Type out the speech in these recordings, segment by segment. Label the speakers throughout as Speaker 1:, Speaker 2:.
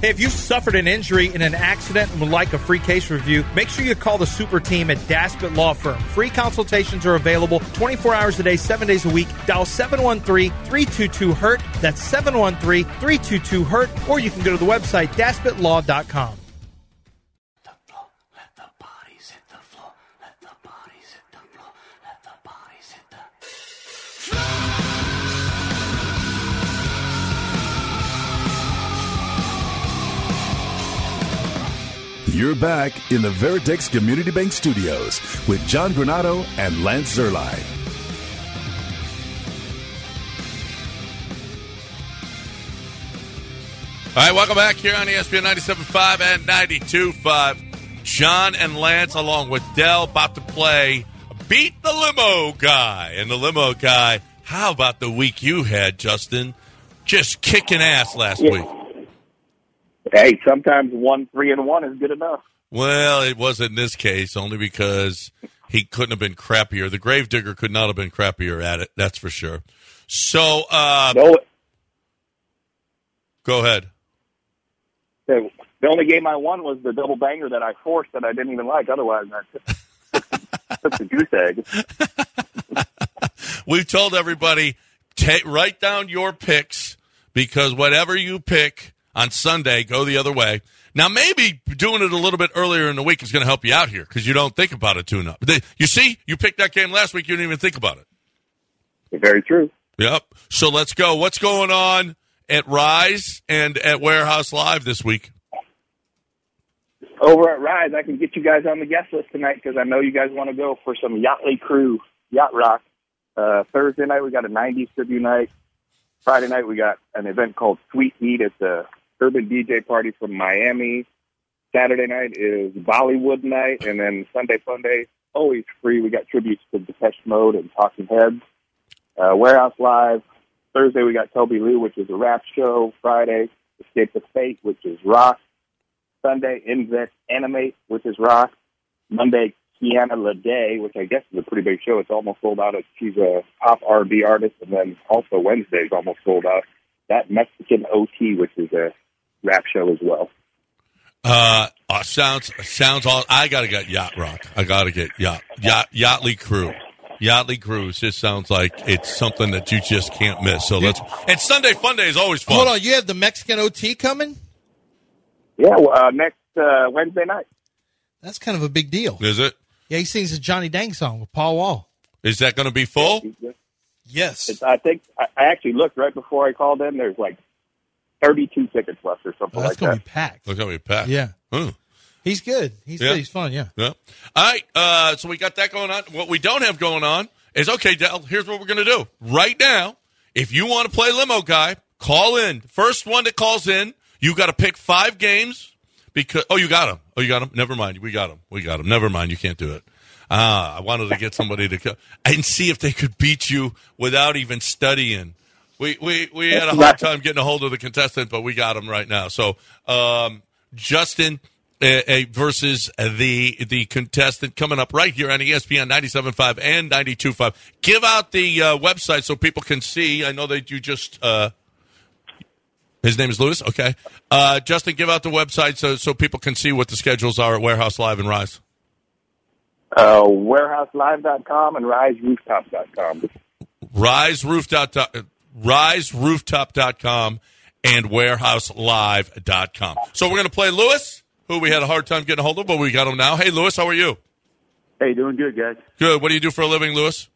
Speaker 1: Hey, if you suffered an injury in an accident and would like a free case review, make sure you call the super team at Daspit Law Firm. Free consultations are available 24 hours a day, 7 days a week. Dial 713-322-HURT. E That's 713-322-HURT. E Or you can go to the website, daspitlaw.com.
Speaker 2: You're back in the Veritex Community Bank Studios with John Granado and Lance Zerline.
Speaker 3: All right, welcome back here on E ESPN 97.5 and 92.5. John and Lance, along with Dell, about to play Beat the Limo Guy. And the Limo Guy, how about the week you had, Justin? Just kicking ass last
Speaker 4: Yeah.
Speaker 3: week.
Speaker 4: Hey, sometimes one three and one is good enough.
Speaker 3: Well, it was in this case only because he couldn't have been crappier. The Gravedigger could not have been crappier at it, that's for sure. So, uh,
Speaker 4: No,
Speaker 3: go ahead.
Speaker 4: the, the only game I won was the double banger that I forced that I didn't even like. Otherwise, I took, took the goose egg.
Speaker 3: We've told everybody ta write down your picks because whatever you pick on Sunday, go the other way. Now, maybe doing it a little bit earlier in the week is going to help you out here because you don't think about a tune up. You see, you picked that game last week, you didn't even think about it.
Speaker 4: Very true.
Speaker 3: Yep. So let's go. What's going on at Rise and at Warehouse Live this week?
Speaker 4: Over at Rise, I can get you guys on the guest list tonight because I know you guys want to go for some Yachtly Crew Yacht Rock. Uh, Thursday night we got a '90s tribute night. Friday night we got an event called Sweet Heat. It's a urban DJ party from Miami. Saturday night is Bollywood night, and then Sunday fun day always free. We got tributes to Depeche Mode and Talking Heads. Uh, Warehouse Live. Thursday we got Toby Lee, which is a rap show. Friday Escape the Fate, which is rock. Sunday, Invest Animate, which is rock. Monday, Kiana Lede, which I guess is a pretty big show. It's almost sold out. She's a pop R&B artist, and then also Wednesday's almost sold out. That Mexican OT, which is a rap show as well.
Speaker 3: Uh, uh sounds sounds all. I gotta get yacht rock. I gotta get yacht yacht yachtly crew. Yachtly cruise just sounds like it's something that you just can't miss. So let's and Sunday Fun Day is always fun.
Speaker 1: Hold on, you have the Mexican OT coming?
Speaker 4: Yeah, well, uh, next uh, Wednesday night.
Speaker 1: That's kind of a big deal.
Speaker 3: Is it?
Speaker 1: Yeah, he sings a Johnny Dang song with Paul Wall.
Speaker 3: Is that going to be full?
Speaker 1: Yes.
Speaker 4: It's, I think I I actually looked right before I called in. There's like 32 tickets left or something
Speaker 1: Well, Oh, that's
Speaker 4: like
Speaker 1: going
Speaker 4: that.
Speaker 1: to be packed.
Speaker 3: Look how we packed.
Speaker 1: Yeah.
Speaker 3: Hmm.
Speaker 1: He's good. He's
Speaker 3: Yeah.
Speaker 1: good. He's fun. Yeah.
Speaker 3: Yeah. All right. Uh, so we got that going on. What we don't have going on is okay, Dell, here's what we're going to do. Right now, if you want to play Limo Guy, call in. First one that calls in, you got to pick five games because, oh, you got them. Oh, you got them? Never mind. We got them. We got them. Never mind. You can't do it. Ah, I wanted to get somebody to co- and see if they could beat you without even studying. We, we, we had a hard time getting a hold of the contestant, but we got him right now. So, um, Justin uh, uh, versus the the contestant coming up right here on E ESPN 97.5 and 92.5. Give out the uh, website so people can see. I know that you just. Uh, his name is Lewis. Okay, uh, Justin, give out the website so so people can see what the schedules are at Warehouse Live and Rise.
Speaker 4: Uh, warehouselive.com and riserooftop.com.
Speaker 3: riserooftop riserooftop.com and warehouselive.com. So we're going to play Lewis, who we had a hard time getting a hold of, but we got him now. Hey, Lewis, how are you?
Speaker 5: Hey, doing good, guys.
Speaker 3: Good. What do you do for a living, Lewis?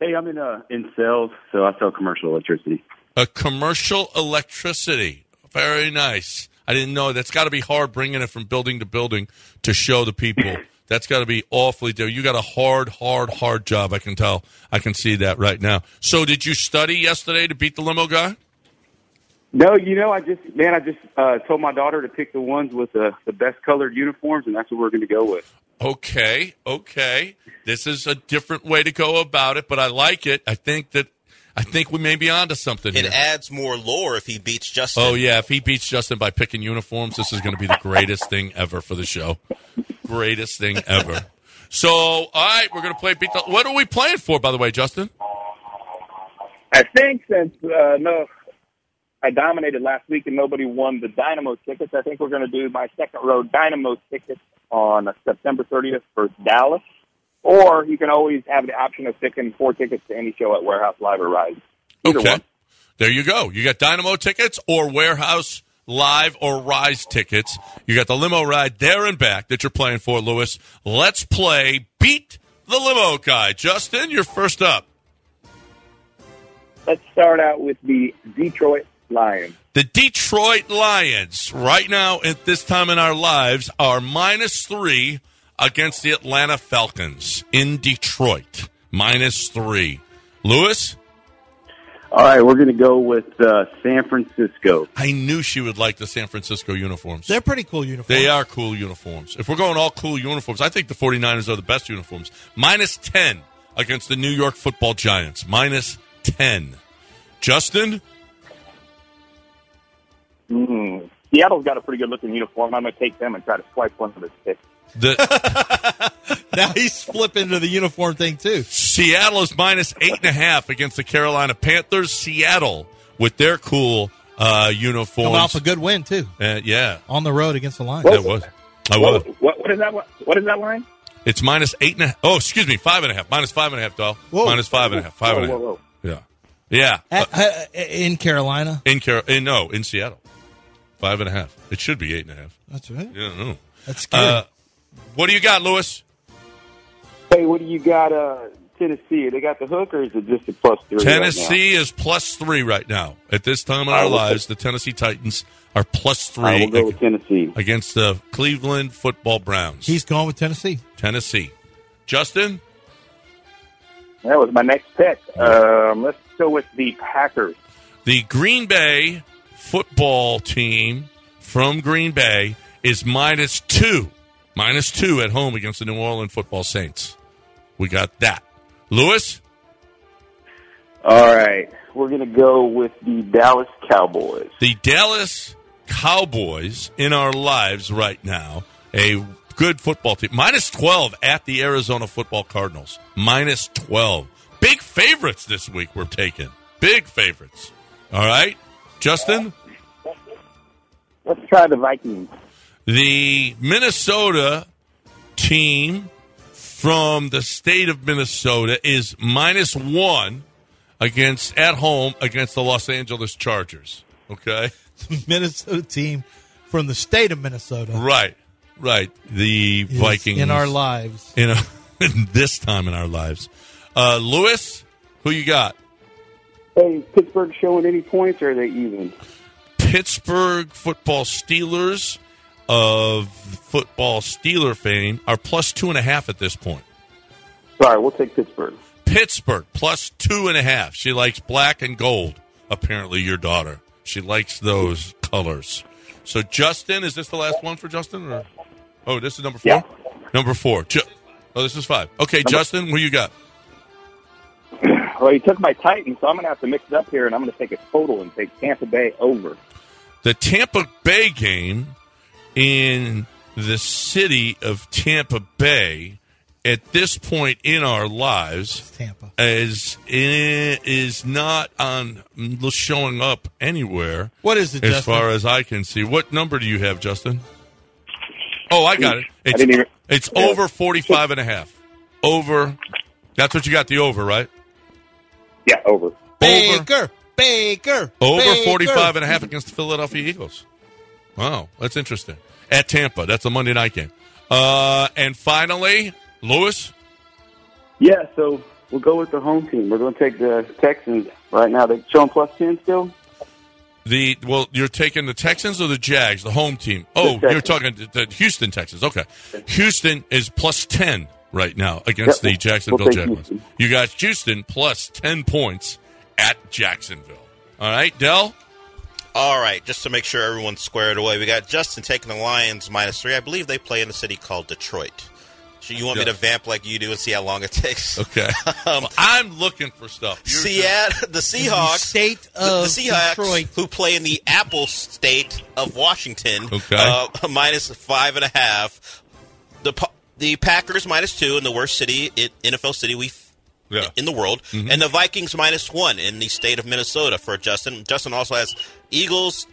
Speaker 5: Hey, I'm in uh, in sales, so I sell commercial electricity.
Speaker 3: A commercial electricity. Very nice. I didn't know. That's got to be hard bringing it from building to building to show the people. That's got to be awfully difficult. You got a hard, hard, hard job. I can tell. I can see that right now. So, did you study yesterday to beat the limo guy?
Speaker 5: No, you know, I just man, I just uh, told my daughter to pick the ones with the the best colored uniforms, and that's what we're going to go with.
Speaker 3: okay, okay. This is a different way to go about it, but I like it. I think that I think we may be onto something
Speaker 6: It
Speaker 3: here.
Speaker 6: adds more lore if he beats Justin.
Speaker 3: oh yeah, if he beats Justin by picking uniforms, this is going to be the greatest thing ever for the show. Greatest thing ever. So, all right, we're going to play beat the. What are we playing for, by the way, Justin?
Speaker 4: I think since uh, no, I dominated last week and nobody won the Dynamo tickets. I think we're going to do my second row Dynamo tickets on September 30th for Dallas. Or you can always have the option of picking four tickets to any show at Warehouse Live or Rise. Either
Speaker 3: Okay.
Speaker 4: one.
Speaker 3: There you go. You got Dynamo tickets or Warehouse Live or Rise tickets. You got the limo ride there and back that you're playing for, Lewis. Let's play Beat the Limo Guy. Justin, you're first up.
Speaker 4: Let's start out with the Detroit Lions.
Speaker 3: The Detroit Lions, right now at this time in our lives, are minus three against the Atlanta Falcons in Detroit. Minus three. Lewis,
Speaker 5: All right, we're going to go with uh, San Francisco.
Speaker 3: I knew she would like the San Francisco uniforms.
Speaker 1: They're pretty cool uniforms.
Speaker 3: They are cool uniforms. If we're going all cool uniforms, I think the 49ers are the best uniforms. Minus 10 against the New York football giants. Minus 10. Justin,
Speaker 4: Mm. Seattle's got a pretty good looking uniform. I'm going to take them and try to swipe one of his picks.
Speaker 3: the
Speaker 1: Now he's flipping to the uniform thing too.
Speaker 3: Seattle is minus 8.5 against the Carolina Panthers. Seattle with their cool uh,
Speaker 1: Come off
Speaker 3: uniforms.
Speaker 1: a good win too
Speaker 3: Uh, yeah,
Speaker 1: on the road against the Lions.
Speaker 3: that was. I was.
Speaker 4: What, what, what is that? What, what is that line?
Speaker 3: It's minus eight and a half. Oh, excuse me, five and a half. Minus five and a half, doll.
Speaker 1: Whoa.
Speaker 3: Minus five and a half. Five
Speaker 4: Whoa,
Speaker 3: and a half.
Speaker 4: whoa, whoa.
Speaker 3: Yeah. Yeah.
Speaker 1: At- uh, in Carolina.
Speaker 3: In Car- in, no, in Seattle. Five and a half. It should be eight and a half.
Speaker 1: That's right.
Speaker 3: Yeah, no.
Speaker 1: That's scary.
Speaker 3: Uh, what do you got, Lewis?
Speaker 5: Hey, what do you got? Uh, Tennessee? They got the hook, or is it just a plus three? right now?
Speaker 3: Tennessee is plus three right now. At this time in
Speaker 5: I
Speaker 3: our
Speaker 5: will
Speaker 3: lives, the Tennessee Titans are plus
Speaker 5: All right,
Speaker 3: three
Speaker 5: we'll go with Tennessee.
Speaker 3: against the Cleveland Football Browns.
Speaker 1: He's going with Tennessee.
Speaker 3: Tennessee. Justin,
Speaker 4: That was my next pick. Um, let's go with the Packers.
Speaker 3: the Green Bay football team from Green Bay is minus two, minus two at home against the New Orleans Football Saints. We got that. Lewis,
Speaker 5: All right, we're going to go with the Dallas Cowboys.
Speaker 3: the Dallas Cowboys in our lives right now, a good football team. Minus 12 at the Arizona Football Cardinals. Minus 12. Big favorites this week we're taking. Big favorites. All right. Justin,
Speaker 4: Let's try the Vikings.
Speaker 3: the Minnesota team from the state of Minnesota is minus one against at home against the Los Angeles Chargers. Okay.
Speaker 1: Minnesota team from the state of Minnesota.
Speaker 3: Right, right. The
Speaker 1: is
Speaker 3: Vikings
Speaker 1: in our lives.
Speaker 3: in, our- in this time in our lives. Uh, Lewis, who you got?
Speaker 5: Hey, is Pittsburgh showing any points, or are they even?
Speaker 3: Pittsburgh football Steelers of football Steeler fame are plus two and a half at this point.
Speaker 5: Sorry, we'll take Pittsburgh.
Speaker 3: Pittsburgh plus two and a half. She likes black and gold. Apparently, your daughter. She likes those colors. So, Justin, is this the last one for Justin? Or oh, this is number four.
Speaker 4: Yeah.
Speaker 3: Number four. Ju- oh, this is five. Okay, Justin, who you got?
Speaker 4: Well, you took my Titans, so I'm going to have to mix it up here, and I'm going to take a total and take Tampa Bay over.
Speaker 3: the Tampa Bay game in the city of Tampa Bay at this point in our lives
Speaker 1: Tampa.
Speaker 3: is is not on showing up anywhere
Speaker 1: What is it,
Speaker 3: as
Speaker 1: Justin?
Speaker 3: far as I can see. What number do you have, Justin? Oh, I got it.
Speaker 4: I
Speaker 3: It's,
Speaker 4: didn't even-
Speaker 3: it's over 45 and a half. Over. That's what you got the over, right?
Speaker 4: Yeah, over.
Speaker 3: Over.
Speaker 1: Baker. Baker.
Speaker 3: Over
Speaker 1: Baker.
Speaker 3: 45 and a half against the Philadelphia Eagles. Wow, that's interesting. At Tampa, that's a Monday night game. Uh, and finally, Lewis,
Speaker 5: Yeah, so we'll go with the home team. We're going to take the Texans right now. They're showing plus ten still.
Speaker 3: the well, you're taking the Texans or the Jags, the home team. Oh,
Speaker 5: The
Speaker 3: you're talking to the Houston Texans. Okay, Houston is plus 10 right now against
Speaker 5: Yep,
Speaker 3: the Jacksonville
Speaker 5: we'll take
Speaker 3: Jaguars.
Speaker 5: Houston.
Speaker 3: You got Houston plus 10 points at Jacksonville. All right, Dell.
Speaker 6: All right, just to make sure everyone's squared away, we got Justin taking the Lions minus three. I believe they play in a city called Detroit. So you want me
Speaker 3: Yeah.
Speaker 6: to vamp like you do and see how long it takes?
Speaker 3: Okay, Well, Um, I'm looking for stuff. You're just-
Speaker 6: Seattle, the Seahawks,
Speaker 1: State
Speaker 6: the- the,
Speaker 1: of
Speaker 6: Seahawks,
Speaker 1: Detroit.
Speaker 6: who play in the Apple State of Washington,
Speaker 3: Okay.
Speaker 6: uh, minus five and a half. The Pa- the Packers minus two in the worst city in, NFL city we
Speaker 3: Yeah. Mm-hmm.
Speaker 6: in the world, and the Vikings minus one in the state of Minnesota for Justin. Justin also has Eagles,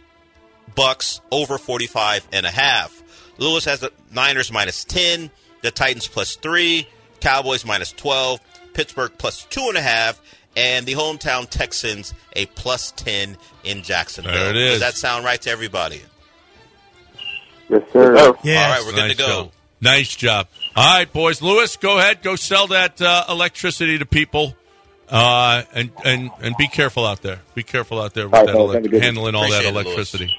Speaker 6: Bucks over 45 and a half. Lewis has the Niners minus 10, the Titans plus 3, Cowboys minus 12, Pittsburgh plus 2.5, and the hometown Texans a plus 10 in Jacksonville.
Speaker 3: There it is.
Speaker 6: Does that sound right to everybody?
Speaker 5: Yes, sir.
Speaker 6: All right, we're good to go.
Speaker 3: Job. Nice job. All right, boys. Lewis, go ahead. Go sell that uh, electricity to people, uh, and and and be careful out there. Be careful out there with
Speaker 5: All right,
Speaker 3: that
Speaker 5: fellas, have a
Speaker 3: elec-
Speaker 5: good one.
Speaker 3: handling all that
Speaker 6: Appreciate it, Lewis.
Speaker 3: electricity.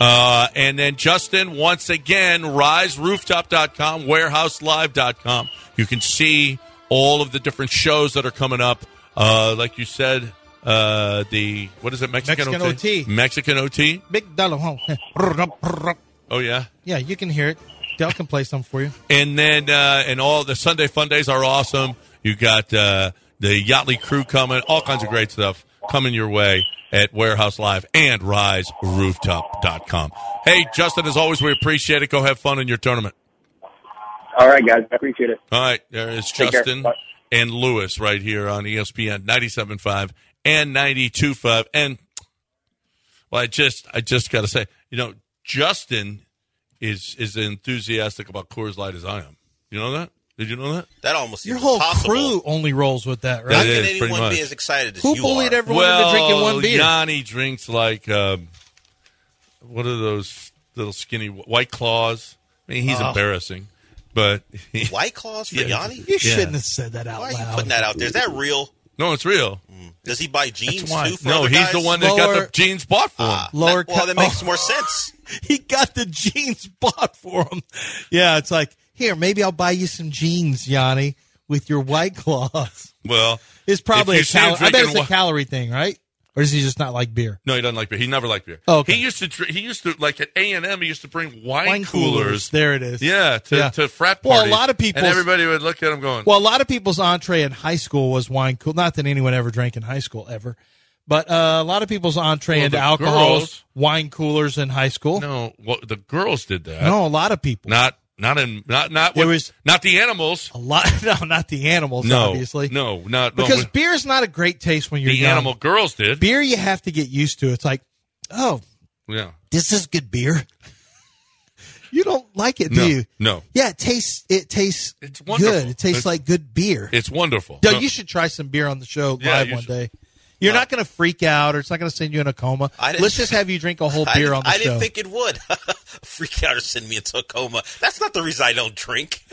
Speaker 3: Uh, and then Justin, once again, riserooftop.com, warehouselive.com. You can see all of the different shows that are coming up. Uh, like you said, uh, the, what is it, Mexican,
Speaker 7: Mexican OT.
Speaker 3: Mexican OT.
Speaker 7: Big dollar home.
Speaker 3: Oh, yeah.
Speaker 7: yeah, you can hear it. Dell can play some for you.
Speaker 3: And then uh, and all the Sunday fun days are awesome. You got uh, the Yachtly crew coming, all kinds of great stuff coming your way at Warehouse Live and RiseRooftop.com. Hey, Justin, as always, we appreciate it. Go have fun in your tournament.
Speaker 4: All right, guys. I appreciate it.
Speaker 3: All right, there is
Speaker 4: Take care.
Speaker 3: Justin
Speaker 4: Bye.
Speaker 3: and Lewis right here on E ESPN 97.5 and 92.5. And well, I just I just got to say, you know, Justin is is enthusiastic about Coors Light as I am. You know that? Did you know that?
Speaker 6: That almost
Speaker 7: Your
Speaker 6: seems
Speaker 7: whole
Speaker 6: impossible.
Speaker 7: crew only rolls with that,
Speaker 6: How
Speaker 3: That
Speaker 7: right?
Speaker 6: can
Speaker 3: is, pretty
Speaker 6: anyone
Speaker 3: much.
Speaker 6: be as excited as
Speaker 7: Who
Speaker 6: you
Speaker 7: bullied
Speaker 6: are?
Speaker 7: everyone into drinking one beer?
Speaker 3: Yanni drinks like um, what are those little skinny white claws? I mean,
Speaker 7: Oh.
Speaker 3: he's embarrassing, but
Speaker 6: White claws for
Speaker 3: Yeah.
Speaker 6: Yanni?
Speaker 7: you shouldn't have said that out
Speaker 6: Why are you
Speaker 7: loud.
Speaker 6: putting that out there? Is that real?
Speaker 3: no, it's real.
Speaker 6: Does he buy jeans
Speaker 7: why.
Speaker 6: too? For
Speaker 3: No,
Speaker 6: other
Speaker 3: he's
Speaker 6: guys?
Speaker 3: the one that got
Speaker 7: Lower-
Speaker 3: the jeans bought for him.
Speaker 7: Lower
Speaker 6: That, well,
Speaker 7: cut-
Speaker 6: that makes more sense.
Speaker 7: he got the jeans bought for him. Yeah, it's like here, maybe I'll buy you some jeans, Yanni, with your white claws.
Speaker 3: well,
Speaker 7: It's probably
Speaker 3: if
Speaker 7: a
Speaker 3: you see him
Speaker 7: calorie. I bet
Speaker 3: drinking
Speaker 7: it's a
Speaker 3: wa-
Speaker 7: calorie thing, right? Or does he just not like beer?
Speaker 3: No, he doesn't like beer. He never liked beer.
Speaker 7: Oh, okay.
Speaker 3: He used to dr- he used to like at A and M. He used to bring wine,
Speaker 7: Wine
Speaker 3: coolers.
Speaker 7: There it is.
Speaker 3: Yeah, to,
Speaker 7: Yeah.
Speaker 3: to frat
Speaker 7: Well, a
Speaker 3: parties.
Speaker 7: lot of people's-
Speaker 3: and everybody would look at him going,
Speaker 7: Well, a lot of people's entree in high school was wine cool. Not that anyone ever drank in high school ever, but uh, a lot of people's entree
Speaker 3: Well,
Speaker 7: into
Speaker 3: the
Speaker 7: alcohol was
Speaker 3: girls-
Speaker 7: wine coolers in high school.
Speaker 3: "No, well, the girls did that.
Speaker 7: No, a lot of people.
Speaker 3: not not in not not
Speaker 7: There
Speaker 3: with,
Speaker 7: was-
Speaker 3: not the animals.
Speaker 7: a lot. No, not the animals.
Speaker 3: No,
Speaker 7: obviously,
Speaker 3: no, not no,
Speaker 7: because
Speaker 3: with-
Speaker 7: beer is not a great taste when you're
Speaker 3: the
Speaker 7: young.
Speaker 3: animal girls did.
Speaker 7: beer you have to get used to. It's like, oh,
Speaker 3: Yeah,
Speaker 7: this is good beer. you don't like it, do
Speaker 3: no,
Speaker 7: you?
Speaker 3: no,
Speaker 7: Yeah, it tastes. It tastes
Speaker 3: It's wonderful.
Speaker 7: good. It tastes
Speaker 3: It's-
Speaker 7: like good beer.
Speaker 3: it's wonderful.
Speaker 7: Doug,
Speaker 3: No,
Speaker 7: you should try some beer on the show
Speaker 3: Yeah,
Speaker 7: live
Speaker 3: you
Speaker 7: one
Speaker 3: should. Uh,
Speaker 7: day. You're not going to freak out, or it's not going to send you in a coma.
Speaker 6: I didn't-
Speaker 7: Let's just have you drink a whole
Speaker 6: I
Speaker 7: Oh. beer
Speaker 6: didn't-
Speaker 7: on the
Speaker 6: I
Speaker 7: show.
Speaker 6: didn't think it would. Freak out or send me into a coma. That's not the reason I don't drink.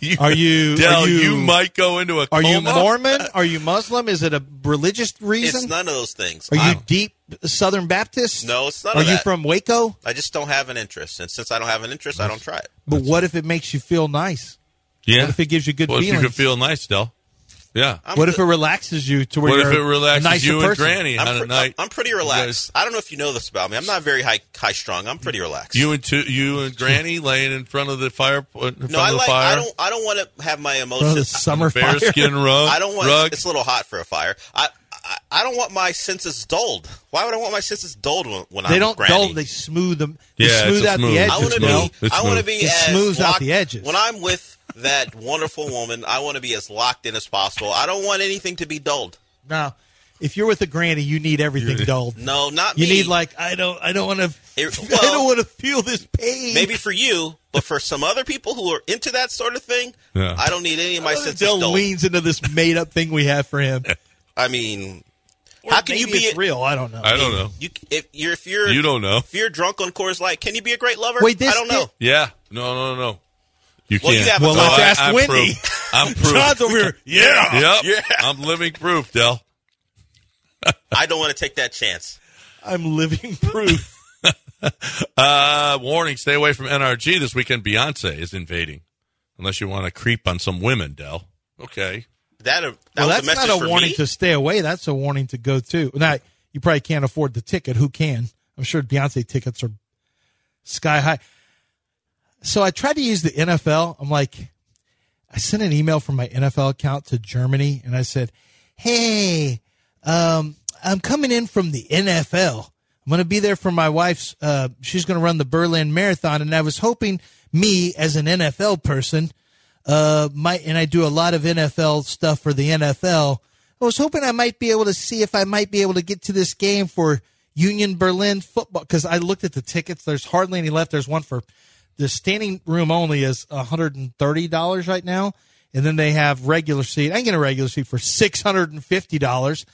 Speaker 3: you-
Speaker 7: are you-
Speaker 3: Dell,
Speaker 7: are you-
Speaker 3: might go into a
Speaker 7: Are
Speaker 3: coma.
Speaker 7: you Mormon? Are you Muslim? Is it a religious reason?
Speaker 6: uh, It's none of those things.
Speaker 7: Are you
Speaker 6: I'm-
Speaker 7: deep Southern Baptist?
Speaker 6: No, it's none
Speaker 7: Are
Speaker 6: of
Speaker 7: you
Speaker 6: that.
Speaker 7: from Waco?
Speaker 6: I just don't have an interest, and since I don't have an interest, I don't try it.
Speaker 7: But what if it makes you feel nice?
Speaker 3: Yeah.
Speaker 7: What if it gives you good
Speaker 3: Well, if you
Speaker 7: feelings?
Speaker 3: could feel nice, Dell. Yeah.
Speaker 6: I'm
Speaker 7: what if it
Speaker 6: pre-
Speaker 7: relaxes you to where
Speaker 3: What if
Speaker 7: you're
Speaker 3: it relaxes
Speaker 7: a nicer
Speaker 3: you and
Speaker 7: person?
Speaker 3: Granny
Speaker 6: I'm,
Speaker 3: on a
Speaker 6: pre-
Speaker 3: night?
Speaker 6: I'm pretty relaxed. I don't know if you know this about me. I'm not very high high strung. I'm pretty relaxed.
Speaker 3: You and two, you and Granny laying in front of the fire. In front
Speaker 6: no, I
Speaker 3: of the
Speaker 6: like.
Speaker 3: fire.
Speaker 6: I don't. I don't want to have my
Speaker 7: Bro, the
Speaker 6: emotions.
Speaker 7: summer fire.
Speaker 3: Bear skin rug.
Speaker 6: I don't want.
Speaker 3: rug.
Speaker 6: It's a little hot for a fire. I, I I don't want my senses dulled. Why would I want my senses dulled when, when I'm
Speaker 7: They
Speaker 6: with
Speaker 7: don't
Speaker 6: granny?
Speaker 7: dull. They smooth them. They
Speaker 3: Yeah, it's
Speaker 7: smooth
Speaker 3: a
Speaker 7: out
Speaker 3: smooth.
Speaker 7: the edges.
Speaker 6: I want to
Speaker 3: It's smooth.
Speaker 6: be.
Speaker 3: It's
Speaker 6: I want to
Speaker 3: smooth.
Speaker 6: be
Speaker 7: It
Speaker 6: as
Speaker 7: smooths out
Speaker 6: locked-
Speaker 7: the edges.
Speaker 6: When I'm with that wonderful woman, I want to be as locked in as possible. I don't want anything to be dulled.
Speaker 7: Now, if you're with a granny, you need everything dulled.
Speaker 6: No, not
Speaker 7: You
Speaker 6: me.
Speaker 7: need like I don't I don't want to
Speaker 6: It-
Speaker 7: I don't
Speaker 6: well-
Speaker 7: want to feel this pain.
Speaker 6: maybe for you, but for some other people who are into that sort of thing,
Speaker 3: Yeah.
Speaker 6: I don't need any of my senses
Speaker 7: Del
Speaker 6: dulled.
Speaker 7: leans into this made up thing we have for him.
Speaker 6: I mean, how can you
Speaker 7: Maybe
Speaker 6: be?
Speaker 7: it's real? I don't know.
Speaker 3: I don't know.
Speaker 6: You if you're if you're
Speaker 3: You don't know.
Speaker 6: if you're drunk on Coors Light, can you be a great lover?
Speaker 7: Wait, this
Speaker 6: I don't know.
Speaker 7: did-
Speaker 3: Yeah. No. No. No. no. You
Speaker 6: Well,
Speaker 3: can't.
Speaker 6: you have a
Speaker 7: Well,
Speaker 6: thought.
Speaker 7: let's ask
Speaker 3: I'm
Speaker 7: Wendy.
Speaker 3: proof. I'm proof.
Speaker 7: John's over here. Yeah.
Speaker 3: Yep.
Speaker 6: Yeah.
Speaker 3: I'm living proof, Dell.
Speaker 6: I don't want to take that chance.
Speaker 7: I'm living proof.
Speaker 3: Uh, warning: Stay away from NRG this weekend. Beyonce is invading, unless you want to creep on some women, Dell. Okay.
Speaker 6: That uh, that
Speaker 7: well,
Speaker 6: was
Speaker 7: that's
Speaker 6: a message
Speaker 7: not
Speaker 6: for
Speaker 7: a warning
Speaker 6: me.
Speaker 7: to stay away. That's a warning to go to. Now you probably can't afford the ticket. Who can? I'm sure Beyonce tickets are sky high. So I tried to use the NFL. I'm like, I sent an email from my NFL account to Germany, and I said, "Hey, um, I'm coming in from the NFL. I'm going to be there for my wife's. Uh, she's going to run the Berlin Marathon, and I was hoping me as an NFL person uh, my and I do a lot of NFL stuff for the NFL. I was hoping I might be able to see if I might be able to get to this game for Union Berlin football because I looked at the tickets. There's hardly any left. There's one for the standing room only is $130 right now, and then they have regular seat. I can get a regular seat for $650.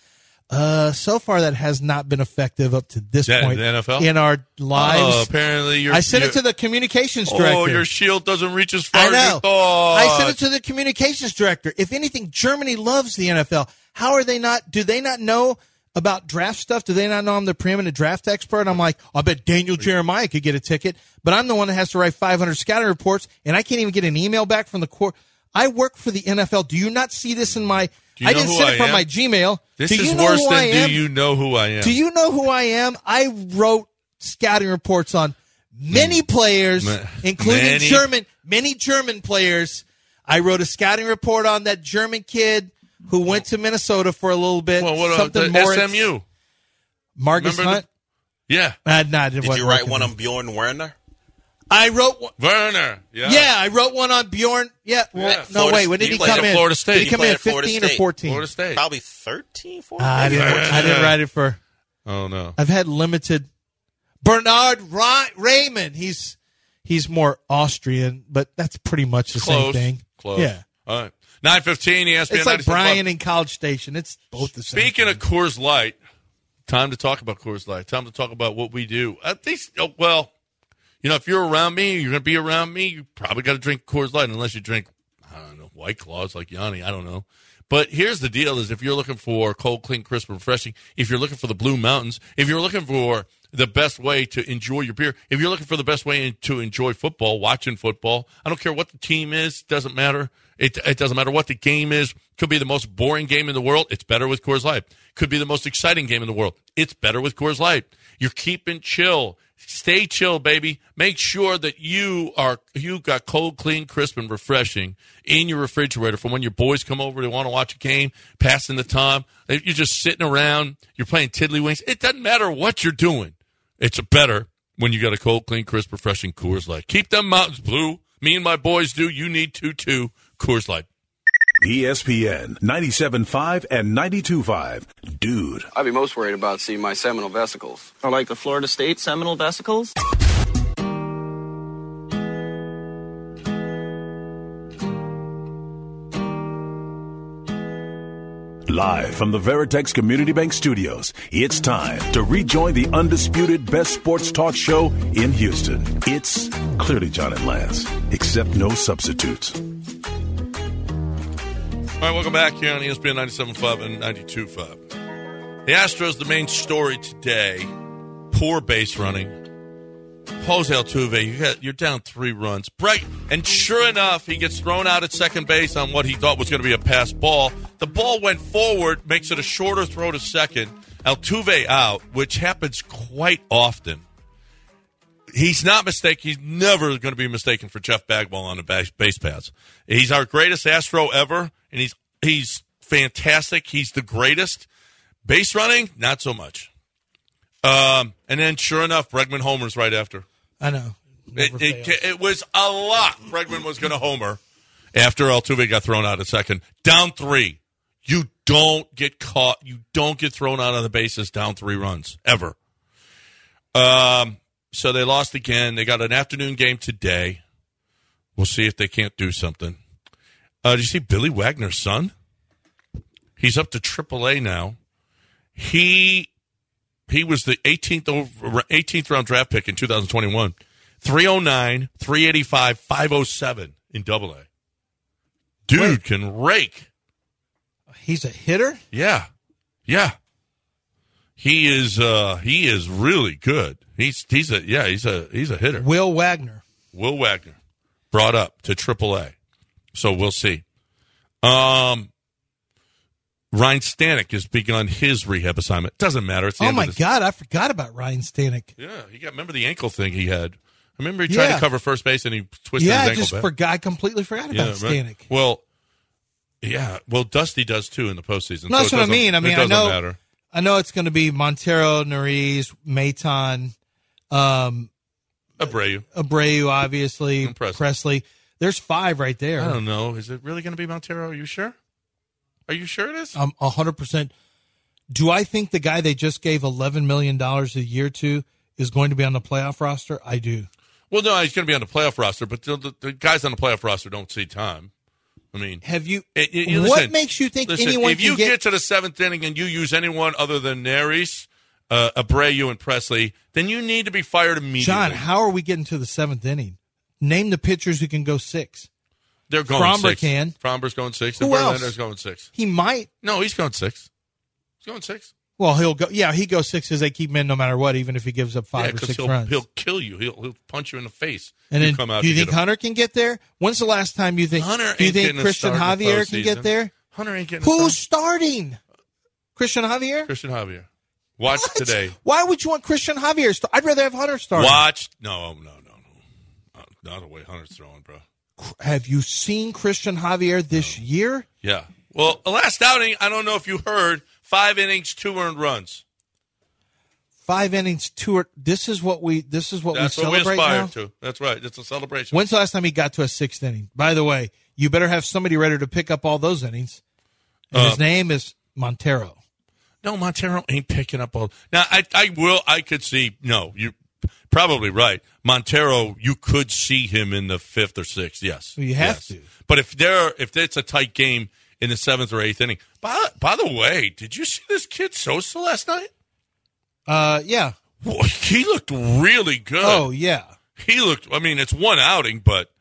Speaker 7: Uh, so far that has not been effective up to this
Speaker 3: Yeah,
Speaker 7: point
Speaker 3: the NFL?
Speaker 7: in our
Speaker 3: Oh,
Speaker 7: lives.
Speaker 3: apparently you're.
Speaker 7: I sent it
Speaker 3: you're-
Speaker 7: to the communications director.
Speaker 3: Oh, your shield doesn't reach as far
Speaker 7: I
Speaker 3: as you
Speaker 7: know.
Speaker 3: thought.
Speaker 7: I sent it to the communications director. If anything, Germany loves the NFL. How are they not? Do they not know about draft stuff? Do they not know I'm the preeminent draft expert? I'm like, I bet Daniel Jeremiah could get a ticket, but I'm the one that has to write 500 scouting reports, and I can't even get an email back from the court. I work for the NFL. Do you not see this in my?
Speaker 3: you
Speaker 7: I
Speaker 3: know
Speaker 7: didn't
Speaker 3: who
Speaker 7: send
Speaker 3: I
Speaker 7: it from
Speaker 3: am?
Speaker 7: my Gmail.
Speaker 3: This
Speaker 7: do
Speaker 3: is
Speaker 7: you know
Speaker 3: worse
Speaker 7: who I
Speaker 3: than
Speaker 7: am?
Speaker 3: do you know who I am?
Speaker 7: Do you know who I am? I wrote scouting reports on many players,
Speaker 3: Mm. Ma-
Speaker 7: including
Speaker 3: many.
Speaker 7: German, many German players. I wrote a scouting report on that German kid who went to Minnesota for a little bit.
Speaker 3: well, what
Speaker 7: something
Speaker 3: uh, the
Speaker 7: more
Speaker 3: SMU?
Speaker 7: Marcus
Speaker 3: Remember the-
Speaker 7: Hunt.
Speaker 3: Yeah,
Speaker 7: Uh, nah, it
Speaker 6: Did
Speaker 7: wasn't
Speaker 6: you write
Speaker 7: working.
Speaker 6: one on Bjorn Werner?
Speaker 7: I wrote one.
Speaker 3: Werner. Yeah,
Speaker 7: Yeah, I wrote one on Bjorn. Yeah, well,
Speaker 3: Yeah,
Speaker 7: no,
Speaker 6: Florida-
Speaker 7: wait. When did
Speaker 6: he
Speaker 7: he
Speaker 6: played
Speaker 7: come
Speaker 6: at
Speaker 7: in?
Speaker 3: Florida State.
Speaker 7: Did he
Speaker 3: He
Speaker 7: come
Speaker 6: played
Speaker 7: in
Speaker 6: at Florida
Speaker 7: 15 or
Speaker 6: State.
Speaker 7: 14?
Speaker 3: Florida State.
Speaker 6: Probably 13, 14.
Speaker 7: Ah, I, didn't, I didn't write it for.
Speaker 3: Oh no.
Speaker 7: I've had limited. Bernard Ra- Raymond. He's he's more Austrian, but that's pretty much the
Speaker 3: Close.
Speaker 7: same thing.
Speaker 3: Close.
Speaker 7: Yeah.
Speaker 3: All right. Nine fifteen. E ESPN.
Speaker 7: It's like
Speaker 3: 96.
Speaker 7: Brian and College Station. It's both the same.
Speaker 3: Speaking of Coors Light, time to talk about Coors Light. Time to talk about what we do. At least, oh, well, you know, if you're around me, you're going to be around me. You probably got to drink Coors Light, unless you drink, I don't know, White Claws like Yanni. I don't know. But here's the deal: is if you're looking for cold, clean, crisp, and refreshing, if you're looking for the Blue Mountains, if you're looking for the best way to enjoy your beer, if you're looking for the best way to enjoy football, watching football, I don't care what the team is, doesn't matter. It, it doesn't matter what the game is. Could be the most boring game in the world. It's better with Coors Light. Could be the most exciting game in the world. It's better with Coors Light. You're keeping chill. Stay chill, baby. Make sure that you are you got cold, clean, crisp, and refreshing in your refrigerator for when your boys come over. They want to watch a game, passing the time. If You're just sitting around. You're playing tiddlywinks. It doesn't matter what you're doing. It's better when you got a cold, clean, crisp, refreshing Coors Light. Keep them mountains blue. Me and my boys do. You need to too. Coors Light.
Speaker 2: E ESPN 97.5 and 92.5. Dude.
Speaker 8: I'd be most worried about seeing my seminal vesicles.
Speaker 9: Or like the Florida State Seminole vesicles?
Speaker 2: Live from the Veritex Community Bank Studios, it's time to rejoin the undisputed best sports talk show in Houston. It's clearly John and Lance, except no substitutes.
Speaker 3: All right, welcome back here on E ESPN 97.5 and 92.5. The Astros, the main story today. Poor base running. Jose Altuve, you got, you're down three runs. Break, and sure enough, he gets thrown out at second base on what he thought was going to be a pass ball. The ball went forward, makes it a shorter throw to second. Altuve out, which happens quite often. He's not mistaken. He's never going to be mistaken for Jeff Bagwell on the base, base paths. He's our greatest Astro ever, and he's he's fantastic. He's the greatest. Base running, not so much. Um, and then, sure enough, Bregman homers right after.
Speaker 7: I know.
Speaker 3: It,
Speaker 7: Never
Speaker 3: it,
Speaker 7: fails.
Speaker 3: it was a lock. Bregman was going to homer after Altuve got thrown out at second. Down three. You don't get caught. You don't get thrown out on the bases down three runs ever. Um, so they lost again. They got an afternoon game today. We'll see if they can't do something. Uh, did you see Billy Wagner's son? He's up to AAA now. He he was the 18th over, 18th round draft pick in 2021. 309, 385, 507 in double A. Dude
Speaker 7: Wait.
Speaker 3: can rake.
Speaker 7: He's a hitter.
Speaker 3: Yeah. Yeah. He is uh he is really good. He's he's a yeah, he's a he's a hitter.
Speaker 7: Will Wagner.
Speaker 3: Will Wagner brought up to AAA. So we'll see. Um Ryan Stanek has begun his rehab assignment. Doesn't matter. It's the
Speaker 7: Oh
Speaker 3: end of
Speaker 7: my
Speaker 3: this-
Speaker 7: God, I forgot about Ryan Stanek.
Speaker 3: Yeah, he got. Remember the ankle thing he had. I remember he tried
Speaker 7: Yeah.
Speaker 3: to cover first base and he twisted
Speaker 7: Yeah,
Speaker 3: his
Speaker 7: I
Speaker 3: ankle
Speaker 7: just
Speaker 3: back.
Speaker 7: forgot. I completely forgot about
Speaker 3: yeah,
Speaker 7: Stanek.
Speaker 3: right. Well, yeah. Well, Dusty does too in the postseason.
Speaker 7: No, that's
Speaker 3: so it
Speaker 7: what I
Speaker 3: doesn't-
Speaker 7: mean. I
Speaker 3: it
Speaker 7: mean, I
Speaker 3: doesn't
Speaker 7: know-
Speaker 3: Matter.
Speaker 7: I know it's going to be Montero, Norris, Maton, um,
Speaker 3: Abreu.
Speaker 7: Abreu, obviously,
Speaker 3: And Presley.
Speaker 7: Presley. There's five right there.
Speaker 3: I don't know. Is it really going to be Montero? Are you sure? Are you sure it is?
Speaker 7: I'm hundred percent. Do I think the guy they just gave eleven million dollars a year to is going to be on the playoff roster? I do.
Speaker 3: well, no, he's going to be on the playoff roster, but the, the, the guys on the playoff roster don't see time. I mean,
Speaker 7: Have you?
Speaker 3: it- it- you-
Speaker 7: what
Speaker 3: Eh, listen,
Speaker 7: makes you think
Speaker 3: listen,
Speaker 7: anyone
Speaker 3: If
Speaker 7: can
Speaker 3: you
Speaker 7: get?
Speaker 3: get, to the seventh inning and you use anyone other than Naris, uh, Abreu, and Presley, then you need to be fired immediately.
Speaker 7: John, how are we getting to the seventh inning? Name the pitchers who can go six.
Speaker 3: They're going
Speaker 7: Fromber
Speaker 3: six.
Speaker 7: can.
Speaker 3: Fromber's going six.
Speaker 7: Who
Speaker 3: and
Speaker 7: else?
Speaker 3: Verlander's going six.
Speaker 7: He might.
Speaker 3: No, he's going six. He's going six.
Speaker 7: Well, he'll go. Yeah, he goes six because they keep him in no matter what, even if he gives up
Speaker 3: Yeah,
Speaker 7: five or
Speaker 3: 'cause
Speaker 7: six
Speaker 3: he'll,
Speaker 7: runs.
Speaker 3: he'll kill you. He'll, he'll punch you in the face.
Speaker 7: and
Speaker 3: You
Speaker 7: then,
Speaker 3: come out
Speaker 7: do you
Speaker 3: to
Speaker 7: think
Speaker 3: get him.
Speaker 7: Hunter can get there? When's the last time you think?
Speaker 3: Hunter
Speaker 7: do you
Speaker 3: ain't
Speaker 7: think
Speaker 3: getting a
Speaker 7: Christian
Speaker 3: start in the
Speaker 7: Javier can
Speaker 3: postseason.
Speaker 7: get there?
Speaker 3: Hunter ain't getting a start.
Speaker 7: Who's starting? Christian Javier.
Speaker 3: Christian Javier. Watch
Speaker 7: What?
Speaker 3: today.
Speaker 7: Why would you want Christian Javier? Start? I'd rather have Hunter start.
Speaker 3: Watch. No, no, no, no. Uh, Not the way Hunter's throwing, bro.
Speaker 7: Have you seen Christian Javier this year?
Speaker 3: Yeah. Well, last outing, I don't know if you heard, five innings, two earned runs.
Speaker 7: Five innings, two. Or, this is what we. This is what
Speaker 3: That's
Speaker 7: we
Speaker 3: what we
Speaker 7: celebrate
Speaker 3: aspire
Speaker 7: now.
Speaker 3: to. That's right. It's a celebration.
Speaker 7: When's the last time he got to a sixth inning? By the way, you better have somebody ready to pick up all those innings. And
Speaker 3: Uh,
Speaker 7: his name is Montero.
Speaker 3: no, Montero ain't picking up all. Now, I, I will. I could see. No, you're probably right. Montero, you could see him in the fifth or sixth. Yes,
Speaker 7: Well, you have
Speaker 3: Yes.
Speaker 7: to.
Speaker 3: But if there, if it's a tight game in the seventh or eighth inning. By by the way, did you see this kid Sosa last night?
Speaker 7: Uh, yeah.
Speaker 3: Whoa, he looked really good.
Speaker 7: Oh, yeah.
Speaker 3: He looked. I mean, it's one outing, but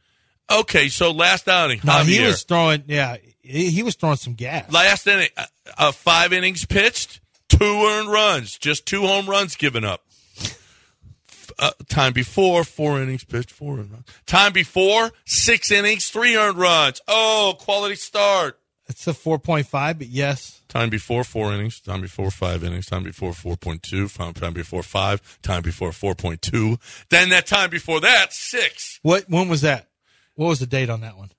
Speaker 3: okay. So last outing,
Speaker 7: No, he
Speaker 3: Javier.
Speaker 7: was throwing. Yeah, he he was throwing some gas.
Speaker 3: last inning, uh, uh, five innings pitched, two earned runs, just two home runs given up. F- Uh, time before, four innings pitched, four earned runs. Time before, six innings, three earned runs. Oh, quality start.
Speaker 7: it's a four point five, but yes,
Speaker 3: Time before four innings, time before five innings, time before 4.2, fi- time before five, time before 4.2. Then that time before that, six.
Speaker 7: what? When was that? What was the date on that one?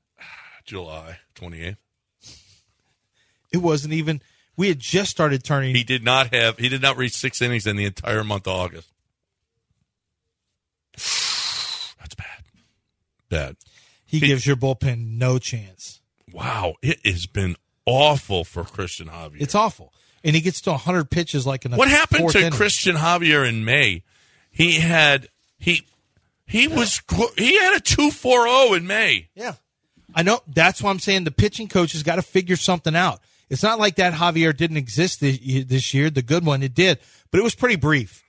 Speaker 3: July 28th.
Speaker 7: It wasn't even. We had just started turning.
Speaker 3: He did not have. He did not reach six innings in the entire month of August. That's bad. Bad.
Speaker 7: he gives your bullpen no chance.
Speaker 3: Wow, it has been awful for Christian Javier.
Speaker 7: It's awful, and he gets to hundred pitches like in the
Speaker 3: what happened
Speaker 7: fourth
Speaker 3: to
Speaker 7: inning.
Speaker 3: Christian Javier in May? He had he he was he had a two four zero in May.
Speaker 7: Yeah, I know. That's why I'm saying the pitching coach has got to figure something out. It's not like that Javier didn't exist this, this year. The good one, it did, but it was pretty brief.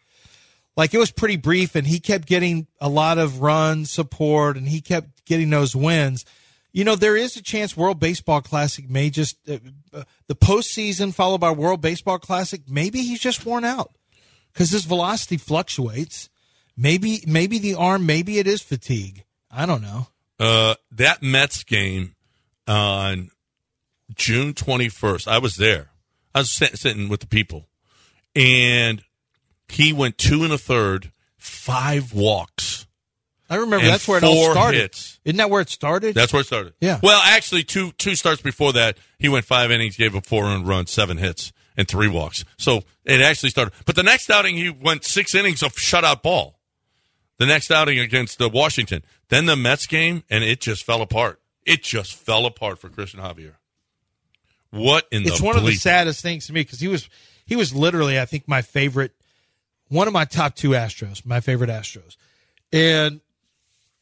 Speaker 7: Like it was pretty brief, and he kept getting a lot of run support, and he kept getting those wins. You know, there is a chance World Baseball Classic may just uh, uh, the postseason followed by World Baseball Classic. Maybe he's just worn out because his velocity fluctuates. Maybe, maybe the arm, maybe it is fatigue. I don't know.
Speaker 3: Uh, that Mets game on June 21st. I was there. I was sit- sitting with the people, and he went two and a third, five walks.
Speaker 7: I remember
Speaker 3: and
Speaker 7: that's where it all
Speaker 3: four
Speaker 7: started.
Speaker 3: hits.
Speaker 7: Isn't that where it started?
Speaker 3: That's where it started.
Speaker 7: Yeah.
Speaker 3: Well, actually, two two starts before that, he went five innings, gave up four earned runs, seven hits, and three walks. So it actually started. But the next outing, he went six innings of shutout ball. The next outing against uh, Washington, then the Mets game, and it just fell apart. It just fell apart for Christian Javier. What in
Speaker 7: it's
Speaker 3: the
Speaker 7: one of the
Speaker 3: bleep-
Speaker 7: saddest things to me because he was he was literally I think my favorite, one of my top two Astros, my favorite Astros, and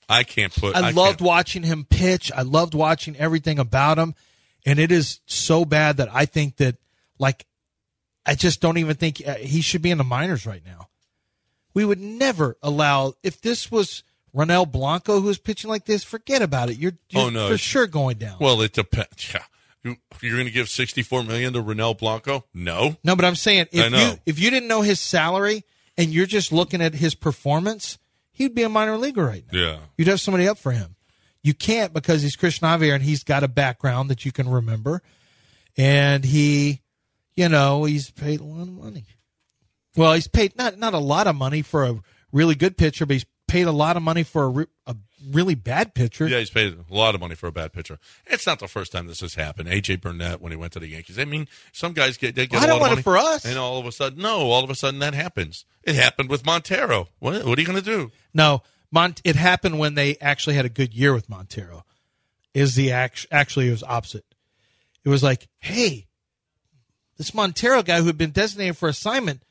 Speaker 3: I can't put.
Speaker 7: I,
Speaker 3: I
Speaker 7: loved
Speaker 3: can't-
Speaker 7: watching him pitch. I loved watching everything about him, and it is so bad that I think that like I just don't even think uh, he should be in the minors right now. We would never allow if this was Ronel Blanco who was pitching like this. Forget about it. You're, you're
Speaker 3: Oh, no.
Speaker 7: for sure going down.
Speaker 3: Well, it depends. Yeah. You- You're going to give sixty-four million to Renel Blanco? No.
Speaker 7: No, but I'm saying
Speaker 3: I
Speaker 7: if
Speaker 3: know.
Speaker 7: you if you didn't know his salary and you're just looking at his performance, he'd be a minor leaguer right now.
Speaker 3: Yeah.
Speaker 7: You'd have somebody up for him. You can't because he's Christian Javier and he's got a background that you can remember, and he, you know, he's paid a lot of money. Well, he's paid not not a lot of money for a really good pitcher, but he's paid a lot of money for a, re- a really bad pitcher.
Speaker 3: Yeah, he's paid a lot of money for a bad pitcher. It's not the first time this has happened. AJ Burnett when he went to the Yankees. I mean, some guys get they get
Speaker 7: I
Speaker 3: a
Speaker 7: don't
Speaker 3: lot
Speaker 7: want it
Speaker 3: of money,
Speaker 7: for us.
Speaker 3: and all of a sudden, no, all of a sudden that happens. It happened with Montero. What, what are you going to do?
Speaker 7: No, Mont. It happened when they actually had a good year with Montero. is the act- actually it was opposite. It was like, hey, this Montero guy who had been designated for assignment,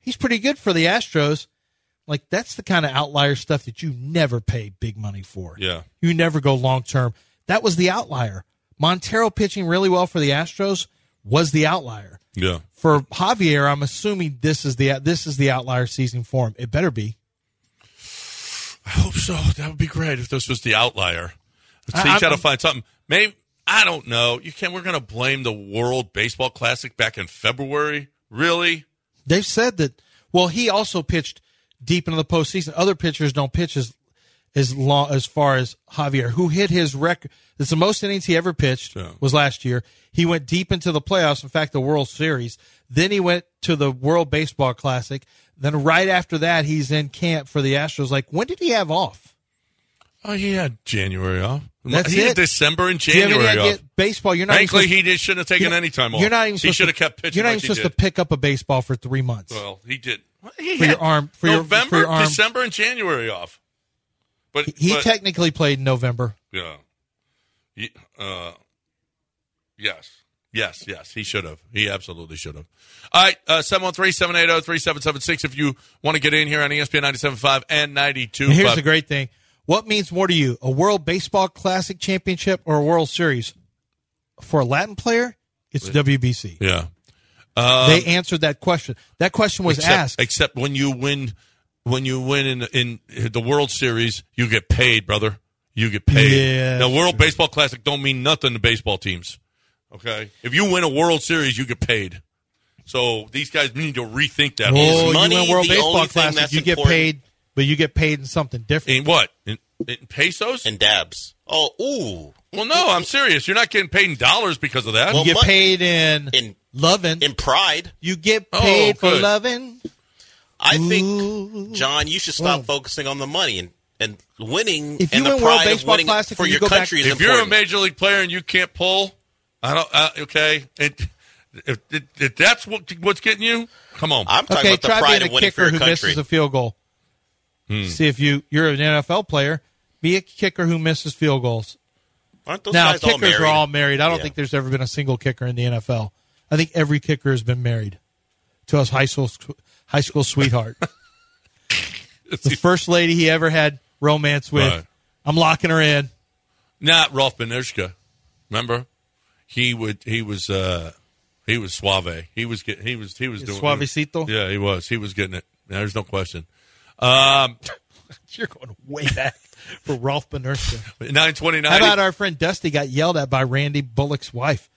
Speaker 7: he's pretty good for the Astros. Like that's the kind of outlier stuff that you never pay big money for.
Speaker 3: Yeah.
Speaker 7: You never go long term. That was the outlier. Montero pitching really well for the Astros was the outlier.
Speaker 3: Yeah.
Speaker 7: For Javier, I'm assuming this is the this is the outlier season for him. It better be.
Speaker 3: I hope so. That would be great if this was the outlier. Let's
Speaker 7: I-
Speaker 3: see, try to
Speaker 7: I'm-
Speaker 3: find something. Maybe I don't know. You can't. We're going to blame the World Baseball Classic back in February. Really?
Speaker 7: They've said that. Well, he also pitched deep into the postseason. Other pitchers don't pitch as as long as far as Javier, who hit his record. It's the most innings he ever pitched
Speaker 3: Yeah.
Speaker 7: was last year. He went deep into the playoffs. In fact, the World Series. Then he went to the World Baseball Classic. Then right after that, he's in camp for the Astros. Like, when did he have off?
Speaker 3: Oh, he had January off.
Speaker 7: That's
Speaker 3: he
Speaker 7: it.
Speaker 3: had December and
Speaker 7: Do you have any
Speaker 3: January
Speaker 7: idea-
Speaker 3: off.
Speaker 7: Baseball, you're not even
Speaker 3: Frankly,
Speaker 7: supposed-
Speaker 3: he just shouldn't have
Speaker 7: you're
Speaker 3: taken
Speaker 7: not-
Speaker 3: any time off.
Speaker 7: You're not even.
Speaker 3: He
Speaker 7: supposed
Speaker 3: should
Speaker 7: to-
Speaker 3: have kept pitching.
Speaker 7: You're not
Speaker 3: like
Speaker 7: even
Speaker 3: he
Speaker 7: supposed
Speaker 3: did.
Speaker 7: to pick up a baseball for three months.
Speaker 3: Well, he did. He
Speaker 7: For your
Speaker 3: had
Speaker 7: arm- for your-
Speaker 3: November,
Speaker 7: for your arm.
Speaker 3: December, and January off. But
Speaker 7: he he
Speaker 3: but,
Speaker 7: technically played in November.
Speaker 3: yeah, He- uh, yes, yes, yes. He should have. He absolutely should have. All right, uh, 713-780-3776 If you want to get in here on E ESPN 97.5 and ninety two.
Speaker 7: And here's the great thing. What means more to you, a World Baseball Classic Championship or a World Series? For a Latin player, it's WBC.
Speaker 3: yeah. Um,
Speaker 7: they answered that question. That question was
Speaker 3: except,
Speaker 7: asked.
Speaker 3: Except when you win, when you win in in the World Series, you get paid, brother. You get paid.
Speaker 7: Yeah,
Speaker 3: now,
Speaker 7: that's
Speaker 3: World Baseball Classic don't mean nothing to baseball teams. Okay, if you win a World Series, you get paid. So these guys need to rethink that. whole
Speaker 7: oh,
Speaker 6: Is
Speaker 7: you
Speaker 6: money
Speaker 7: win World
Speaker 6: the only
Speaker 7: Baseball
Speaker 6: thing
Speaker 7: Classic,
Speaker 6: that's
Speaker 7: you get
Speaker 6: important?
Speaker 7: paid, but you get paid in something different.
Speaker 3: In what? In, in pesos?
Speaker 6: and dabs. Oh, ooh.
Speaker 3: well, no, I'm serious. You're not getting paid in dollars because of that.
Speaker 6: Well,
Speaker 7: you get
Speaker 6: mon-
Speaker 7: paid in,
Speaker 6: in-
Speaker 7: loving.
Speaker 6: In pride,
Speaker 7: you get
Speaker 3: Oh,
Speaker 7: paid for
Speaker 3: good.
Speaker 7: loving.
Speaker 6: I
Speaker 7: Ooh.
Speaker 6: think John, you should stop
Speaker 7: Ooh.
Speaker 6: focusing on the money and and winning
Speaker 7: If
Speaker 6: and
Speaker 7: you
Speaker 6: the
Speaker 7: win World
Speaker 6: pride of
Speaker 7: Baseball
Speaker 6: winning
Speaker 7: Classic
Speaker 6: for
Speaker 7: and you
Speaker 6: your
Speaker 7: go back-
Speaker 6: country
Speaker 3: if
Speaker 6: is
Speaker 3: you're a
Speaker 6: important.
Speaker 3: major league player and you can't pull, I don't. Uh, okay, it, if, if, if that's what, what's getting you, come on.
Speaker 6: I'm talking
Speaker 7: Okay,
Speaker 6: about the
Speaker 7: try
Speaker 6: pride
Speaker 7: being
Speaker 6: of
Speaker 7: a
Speaker 6: winning for
Speaker 7: kicker
Speaker 6: your
Speaker 7: who
Speaker 6: country.
Speaker 7: misses a field goal.
Speaker 3: Hmm.
Speaker 7: See if you you're an NFL player. Be a kicker who misses field goals.
Speaker 6: Aren't those
Speaker 7: now
Speaker 6: guys all
Speaker 7: kickers
Speaker 6: married?
Speaker 7: are all married. I don't
Speaker 6: Yeah.
Speaker 7: think there's ever been a single kicker in the NFL. I think every kicker has been married to his high school high school sweetheart. the first lady he ever had romance with.
Speaker 3: Right.
Speaker 7: I'm locking her in.
Speaker 3: Not Rolf Benishka. Remember, he would. He was. uh He was suave. He was. Get, he was. He was doing.
Speaker 7: Suavecito?
Speaker 3: Yeah, he was. He was getting it. There's no question. Um,
Speaker 7: You're going way back for Rolf Benerska.
Speaker 3: nine twenty
Speaker 7: How about
Speaker 3: nine.
Speaker 7: our friend Dusty got yelled at by Randy Bullock's wife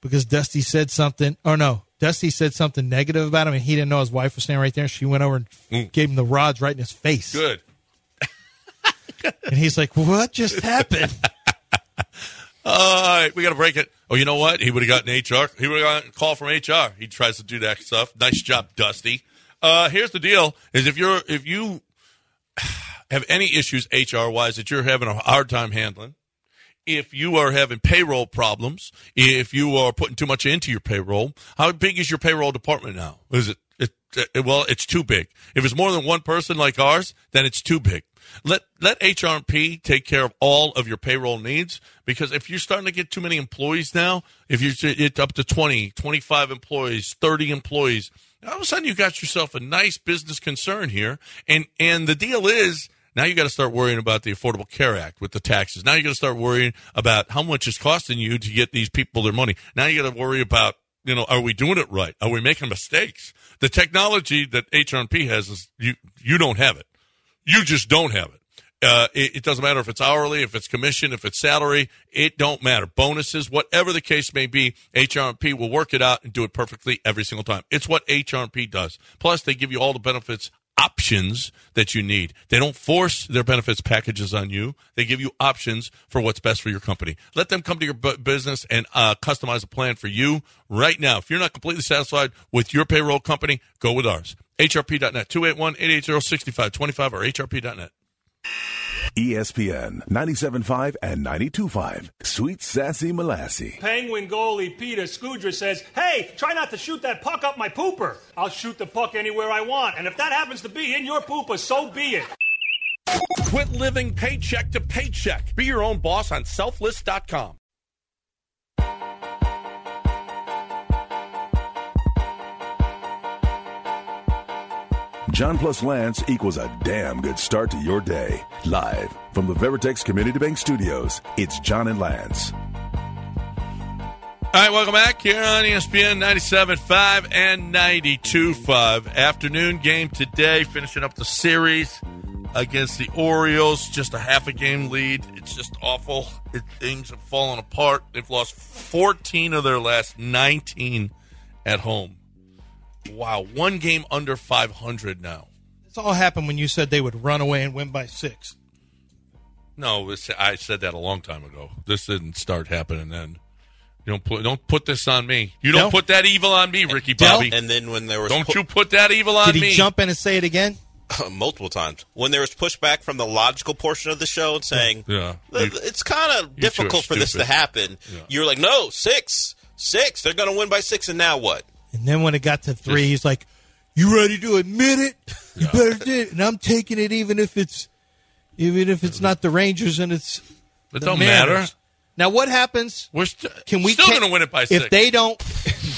Speaker 7: because Dusty said something, or no, Dusty said something negative about him, and he didn't know his wife was standing right there. She went over and gave him the rods right in his face,
Speaker 3: Mm. Good.
Speaker 7: and he's like, "What just happened?"
Speaker 3: All right, we got to break it. Oh, you know what? He would have gotten HR. He would have gotten a call from HR. He tries to do that stuff. Nice job, Dusty. Uh, here's the deal: is if you're if you have any issues HR wise that you're having a hard time handling, if you are having payroll problems, if you are putting too much into your payroll, how big is your payroll department now? Is it, it, it well, it's too big. If it's more than one person like ours, then it's too big. Let let HRP take care of all of your payroll needs because if you're starting to get too many employees now, if you're it's up to 20, 25 employees, 30 employees, all of a sudden you got yourself a nice business concern here. And and the deal is now you got to start worrying about the Affordable Care Act with the taxes. Now you got to start worrying about how much it's costing you to get these people their money. Now you got to worry about, you know, are we doing it right? Are we making mistakes? The technology that HRP has is you you don't have it. You just don't have it. Uh, it, it doesn't matter if it's hourly, if it's commission, if it's salary. It don't matter. Bonuses, whatever the case may be, HRP will work it out and do it perfectly every single time. It's what HRP does. Plus, they give you all the benefits options that you need. They don't force their benefits packages on you. They give you options for what's best for your company. Let them come to your bu- business and uh, customize a plan for you right now. If you're not completely satisfied with your payroll company, go with ours. HRP.net, 281-880-6525 or HRP.net.
Speaker 2: E ESPN 97.5 and 92.5. Sweet Sassy Molassie.
Speaker 10: Penguin goalie Peter Skudra says, Hey, try not to shoot that puck up my pooper. I'll shoot the puck anywhere I want, and if that happens to be in your pooper, so be it.
Speaker 3: Quit living paycheck to paycheck. Be your own boss on selflist.com.
Speaker 2: John plus Lance equals a damn good start to your day. Live from the Veritex Community Bank Studios, it's John and Lance.
Speaker 3: All right, welcome back here on E ESPN 97.5 and 92.5. Afternoon game today, finishing up the series against the Orioles. Just a half a game lead. It's just awful. It, things have fallen apart. They've lost 14 of their last 19 at home. Wow, one game under 500 now.
Speaker 7: This all happened when you said they would run away and win by six.
Speaker 3: No, this, I said that a long time ago. This didn't start happening then. You don't put don't put this on me. You don't
Speaker 7: No.
Speaker 3: put that evil on me, Ricky Bobby.
Speaker 6: And then when there was
Speaker 3: Don't
Speaker 6: pu-
Speaker 3: you put that evil on
Speaker 7: Did he
Speaker 3: me?
Speaker 7: jump in and say it again?
Speaker 6: multiple times when there was pushback from the logical portion of the show and saying,
Speaker 3: Yeah.
Speaker 6: "Uh,
Speaker 3: You-
Speaker 6: it's kind
Speaker 3: you
Speaker 6: of
Speaker 3: two are
Speaker 6: difficult for this to
Speaker 3: stupid."
Speaker 6: happen." You're like, "No, six, six. They're going to win by six, and now what?"
Speaker 7: And then when it got to three, he's like, "You ready to admit it? You better do it." And I'm taking it, even if it's, even if it's not the Rangers and it's
Speaker 3: It
Speaker 7: the
Speaker 3: don't
Speaker 7: Mariners.
Speaker 3: matter.
Speaker 7: Now what happens?
Speaker 3: We're st-
Speaker 7: Can we
Speaker 3: still
Speaker 7: ca-
Speaker 3: going to win it by
Speaker 7: if
Speaker 3: six.
Speaker 7: they don't?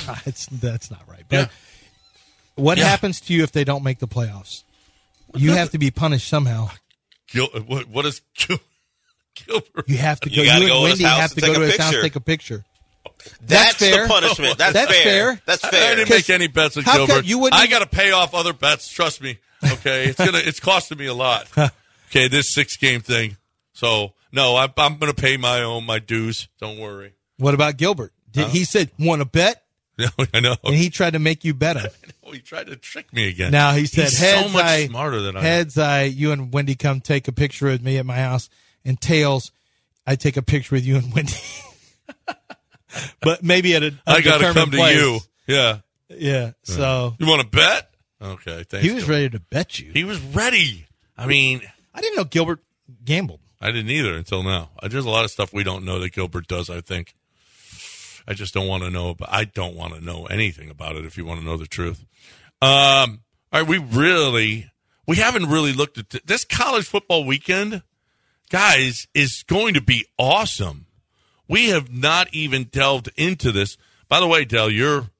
Speaker 7: that's, that's not right. But
Speaker 3: Yeah.
Speaker 7: what
Speaker 3: Yeah.
Speaker 7: happens to you if they don't make the playoffs? You have to be punished somehow.
Speaker 3: Gil- what, what is Gil- Gilbert?
Speaker 7: You have to go.
Speaker 6: You
Speaker 7: You,
Speaker 6: gotta
Speaker 7: and
Speaker 6: go to his
Speaker 7: Wendy
Speaker 6: house
Speaker 7: have
Speaker 6: and
Speaker 7: to go
Speaker 6: take
Speaker 7: to
Speaker 6: a
Speaker 7: his house
Speaker 6: picture.
Speaker 7: and take a picture.
Speaker 6: That's,
Speaker 7: fair.
Speaker 6: the punishment. That's,
Speaker 7: That's fair.
Speaker 6: That's
Speaker 3: I-
Speaker 6: fair.
Speaker 3: I didn't make any bets on
Speaker 7: how come
Speaker 3: Gilbert.
Speaker 7: you wouldn't
Speaker 3: I
Speaker 7: even-
Speaker 3: got to pay off other bets. Trust me. Okay, it's gonna it's costing me a lot. Okay, this six game thing. So no, I, I'm going to pay my own my dues. Don't worry.
Speaker 7: What about Gilbert? Did, he said, "Want to bet?"
Speaker 3: No, I know.
Speaker 7: And he tried to make you bet him.
Speaker 3: Oh, he tried to trick me again.
Speaker 7: Now he said,
Speaker 3: He's
Speaker 7: "Heads,
Speaker 3: so much
Speaker 7: I,
Speaker 3: smarter than I. am."
Speaker 7: heads, I, you and Wendy come take a picture of me at my house, and tails, I take a picture with you and Wendy." but maybe at a
Speaker 3: I got to
Speaker 7: undetermined
Speaker 3: come to
Speaker 7: place.
Speaker 3: you. Yeah.
Speaker 7: Yeah, so
Speaker 3: You want to bet? Okay. Thanks.
Speaker 7: he was
Speaker 3: Gilbert.
Speaker 7: ready to bet you.
Speaker 3: He was ready. I mean,
Speaker 7: I didn't know Gilbert gambled.
Speaker 3: I didn't either until now. Uh, There's a lot of stuff we don't know that Gilbert does. I think. I just don't want to know. But I don't want to know anything about it. If you want to know the truth. Um. All right. We really. We haven't really looked at th- this college football weekend, guys. Is going to be awesome. We have not even delved into this. By the way, Dell, you're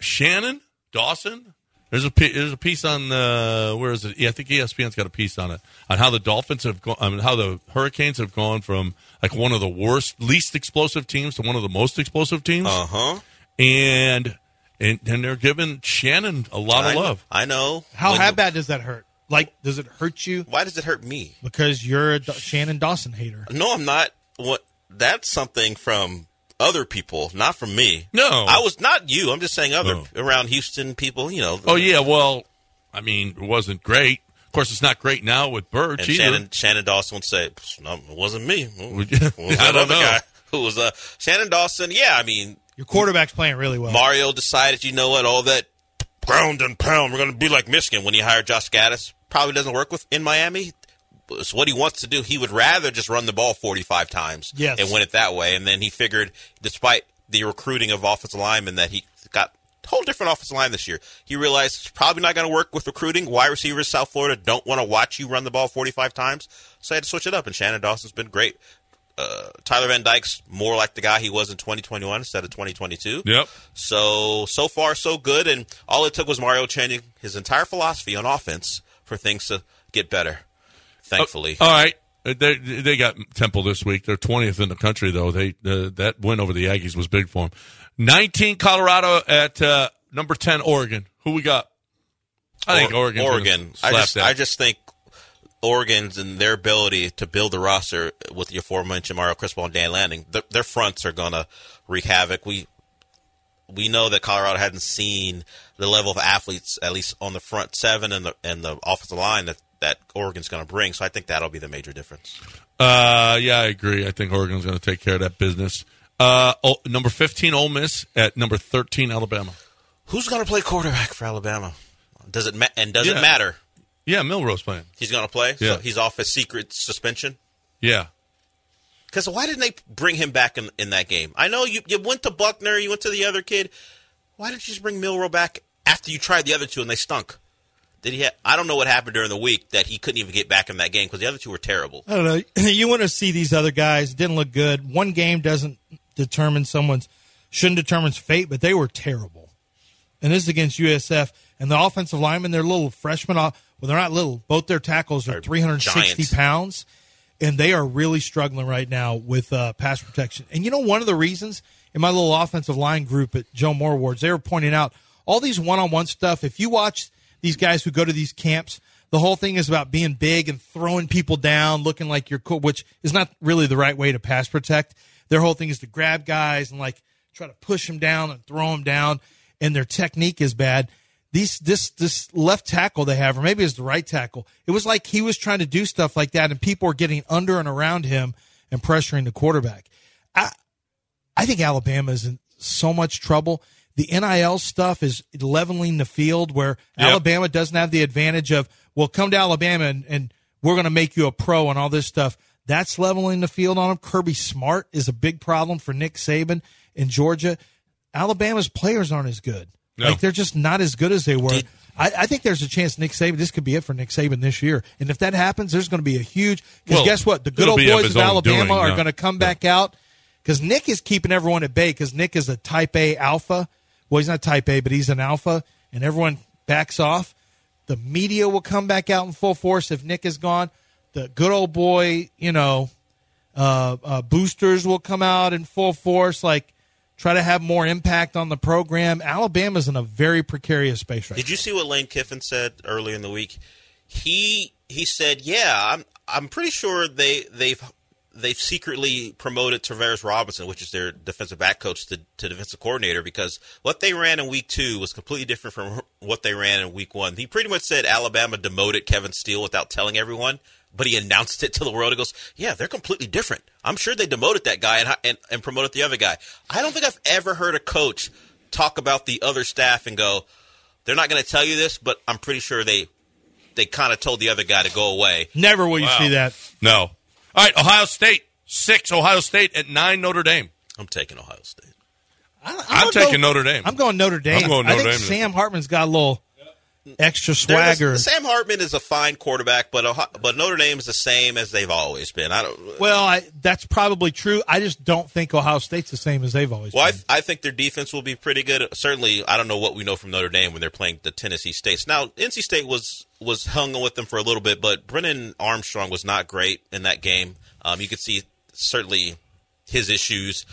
Speaker 3: Shannon Dawson. There's a pi- there's a piece on the where is it? Yeah, I think E ESPN's got a piece on it on how the Dolphins have gone, I mean, how the Hurricanes have gone from like one of the worst, least explosive teams to one of the most explosive teams,
Speaker 6: Uh huh.
Speaker 3: and and and they're giving Shannon a lot of love.
Speaker 6: I know.
Speaker 7: How
Speaker 6: When-
Speaker 7: how bad does that hurt? Like, does it hurt you
Speaker 6: Why does it hurt me?
Speaker 7: because you're a Da- Shannon Dawson hater?
Speaker 6: No, I'm not. What? That's something from other people, not from me.
Speaker 3: No.
Speaker 6: I was not you. I'm just saying other
Speaker 3: No.
Speaker 6: around Houston people. You know.
Speaker 3: Oh yeah, well, I mean, it wasn't great. Of course, it's not great now with Birch
Speaker 6: And
Speaker 3: either.
Speaker 6: Shannon Shannon Dawson would say, "Psh, no, "It wasn't me. Who was
Speaker 3: you- I
Speaker 6: that
Speaker 3: don't
Speaker 6: other
Speaker 3: know.
Speaker 6: guy who was uh, Shannon Dawson?" Yeah, I mean,
Speaker 7: Your quarterback's playing really well.
Speaker 6: Mario decided, you know what, all that ground and pound, we're going to be like Michigan when he hired Josh Gaddis. Probably doesn't work with in Miami. It's what he wants to do. He would rather just run the ball 45 times
Speaker 7: Yes.
Speaker 6: and win it that way. And then he figured, despite the recruiting of offensive linemen, that he got a whole different offensive line this year. He realized it's probably not going to work with recruiting. Wide receivers, South Florida don't want to watch you run the ball 45 times. So I had to switch it up. And Shannon Dawson's been great. Uh, Tyler Van Dyke's more like the guy he was in 2021 instead of 2022.
Speaker 3: Yep.
Speaker 6: So so far so good, and all it took was Mario changing his entire philosophy on offense for things to get better. Thankfully,
Speaker 3: All right. Uh, They they got Temple this week. They're twentieth in the country, though. They uh, that win over the Aggies was big for them. Nineteen Colorado at uh, number ten Oregon. Who we got? I think
Speaker 6: Or-
Speaker 3: Oregon.
Speaker 6: Oregon. I just I just think Oregon's and their ability to build the roster with the aforementioned Mario Cristobal and Dan Lanning, th- their fronts are gonna wreak havoc. We we know that Colorado hadn't seen the level of athletes, at least on the front seven and the and the offensive line that that Oregon's gonna bring. So I think that'll be the major difference.
Speaker 3: Uh, yeah, I agree. I think Oregon's going to take care of that business. Uh, oh, number fifteen Ole Miss at number thirteen Alabama.
Speaker 6: Who's going to play quarterback for Alabama? Does it ma- and does
Speaker 3: Yeah.
Speaker 6: it matter?
Speaker 3: Yeah, Milrose playing.
Speaker 6: He's going to play.
Speaker 3: Yeah.
Speaker 6: So he's off his secret suspension.
Speaker 3: Yeah,
Speaker 6: Because why didn't they bring him back in, in that game? I know you you went to Buckner, you went to the other kid. Why didn't you just bring Milrow back after you tried the other two and they stunk? Did he? Ha- I don't know what happened during the week that he couldn't even get back in that game because the other two were terrible.
Speaker 7: I don't know. You want to see these other guys. It didn't look good. One game doesn't determine someone's shouldn't determine fate, but they were terrible. And this is against USF and the offensive linemen. They're little freshmen. Well, they're not little. Both their tackles are 360
Speaker 6: giants.
Speaker 7: pounds, and they are really struggling right now with uh, pass protection. And you know, one of the reasons in my little offensive line group at Joe Moore Awards, they were pointing out all these one-on-one stuff. If you watch these guys who go to these camps, the whole thing is about being big and throwing people down, looking like you're cool, which is not really the right way to pass protect. Their whole thing is to grab guys and like try to push them down and throw them down, and their technique is bad. These this this left tackle they have, or maybe it's the right tackle. It was like he was trying to do stuff like that, and people were getting under and around him and pressuring the quarterback. I I think Alabama is in so much trouble. The NIL stuff is leveling the field where
Speaker 3: Yep.
Speaker 7: Alabama doesn't have the advantage of, well, come to Alabama and, and we're going to make you a pro and all this stuff. That's leveling the field on them. Kirby Smart is a big problem for Nick Saban in Georgia. Alabama's players aren't as good.
Speaker 3: No.
Speaker 7: Like they're just not as good as they were. I, I think there's a chance Nick Saban. This could be it for Nick Saban this year. And if that happens, there's going to be a huge. Because
Speaker 3: Well,
Speaker 7: guess what? The good
Speaker 3: it'll
Speaker 7: old
Speaker 3: be of
Speaker 7: boys
Speaker 3: his
Speaker 7: of
Speaker 3: own
Speaker 7: Alabama
Speaker 3: doing,
Speaker 7: are
Speaker 3: no.
Speaker 7: going to come back out because Nick is keeping everyone at bay because Nick is a type A alpha. Well, he's not type A, but he's an alpha, and everyone backs off. The media will come back out in full force if Nick is gone. The good old boy, you know, uh, uh, boosters will come out in full force, like try to have more impact on the program. Alabama's in a very precarious space right
Speaker 6: Did you see what Lane Kiffin said earlier in the week? He he said, "Yeah, I'm I'm pretty sure they they've they've secretly promoted Tavares Robinson, which is their defensive back coach, to, to defensive coordinator because what they ran in week two was completely different from what they ran in week one. He pretty much said Alabama demoted Kevin Steele without telling everyone." But he announced it to the world. He goes, "Yeah, they're completely different. I'm sure they demoted that guy and, and and promoted the other guy. I don't think I've ever heard a coach talk about the other staff and go, they're not going to tell you this, but I'm pretty sure they they kind of told the other guy to go away.
Speaker 7: now. Never will you
Speaker 3: Wow.
Speaker 7: see that.
Speaker 3: No. All right, Ohio State six, Ohio State at nine, Notre Dame.
Speaker 6: I'm taking Ohio State.
Speaker 7: I, I'm,
Speaker 3: I'm
Speaker 7: gonna go-
Speaker 3: taking Notre Dame.
Speaker 7: I'm going Notre Dame.
Speaker 3: I'm going
Speaker 7: I
Speaker 3: Notre
Speaker 7: think
Speaker 3: Dame.
Speaker 7: Sam Hartman's got a little extra
Speaker 6: They're just-
Speaker 7: swagger.
Speaker 6: Sam Hartman is a fine quarterback, but Ohio, but Notre Dame is the same as they've always been. I don't. Well,
Speaker 7: Well, I, that's probably true. I just don't think Ohio State's the same as they've always
Speaker 6: I,
Speaker 7: been.
Speaker 6: I think their defense will be pretty good. Certainly, I don't know what we know from Notre Dame when they're playing the Tennessee States. Now, NC State was was hung with them for a little bit, but Brennan Armstrong was not great in that game. Um, you could see certainly his issues.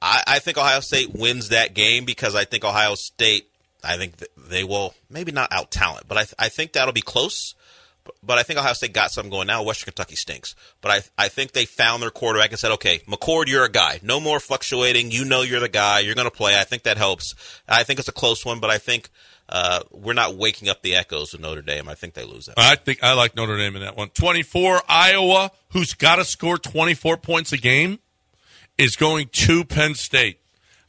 Speaker 6: I, I think Ohio State wins that game because I think Ohio State. I think th- they will maybe not out talent, but I, th- I think that'll be close. But, but I think Ohio State got something going now. Western Kentucky stinks, but I I think they found their quarterback and said, okay, McCord, you're a guy. No more fluctuating. You know you're the guy. You're going to play. I think that helps. I think it's a close one, but I think uh, we're not waking up the echoes of Notre Dame. I think they lose that.
Speaker 3: I think I like Notre Dame in that one. 24 Iowa, who's got to score 24 points a game, is going to Penn State.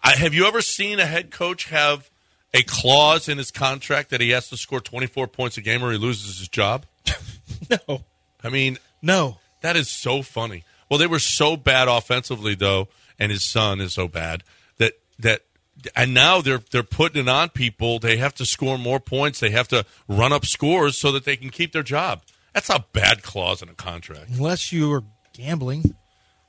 Speaker 3: I, have you ever seen a head coach have a clause in his contract that he has to score 24 points a game or he loses his job?
Speaker 7: no,
Speaker 3: I mean,
Speaker 7: no.
Speaker 3: that is so funny. Well, they were so bad offensively though, and his son is so bad that that and now they're they're putting it on people. They have to score more points. They have to run up scores so that they can keep their job. That's a bad clause in a contract.
Speaker 7: Unless you are gambling,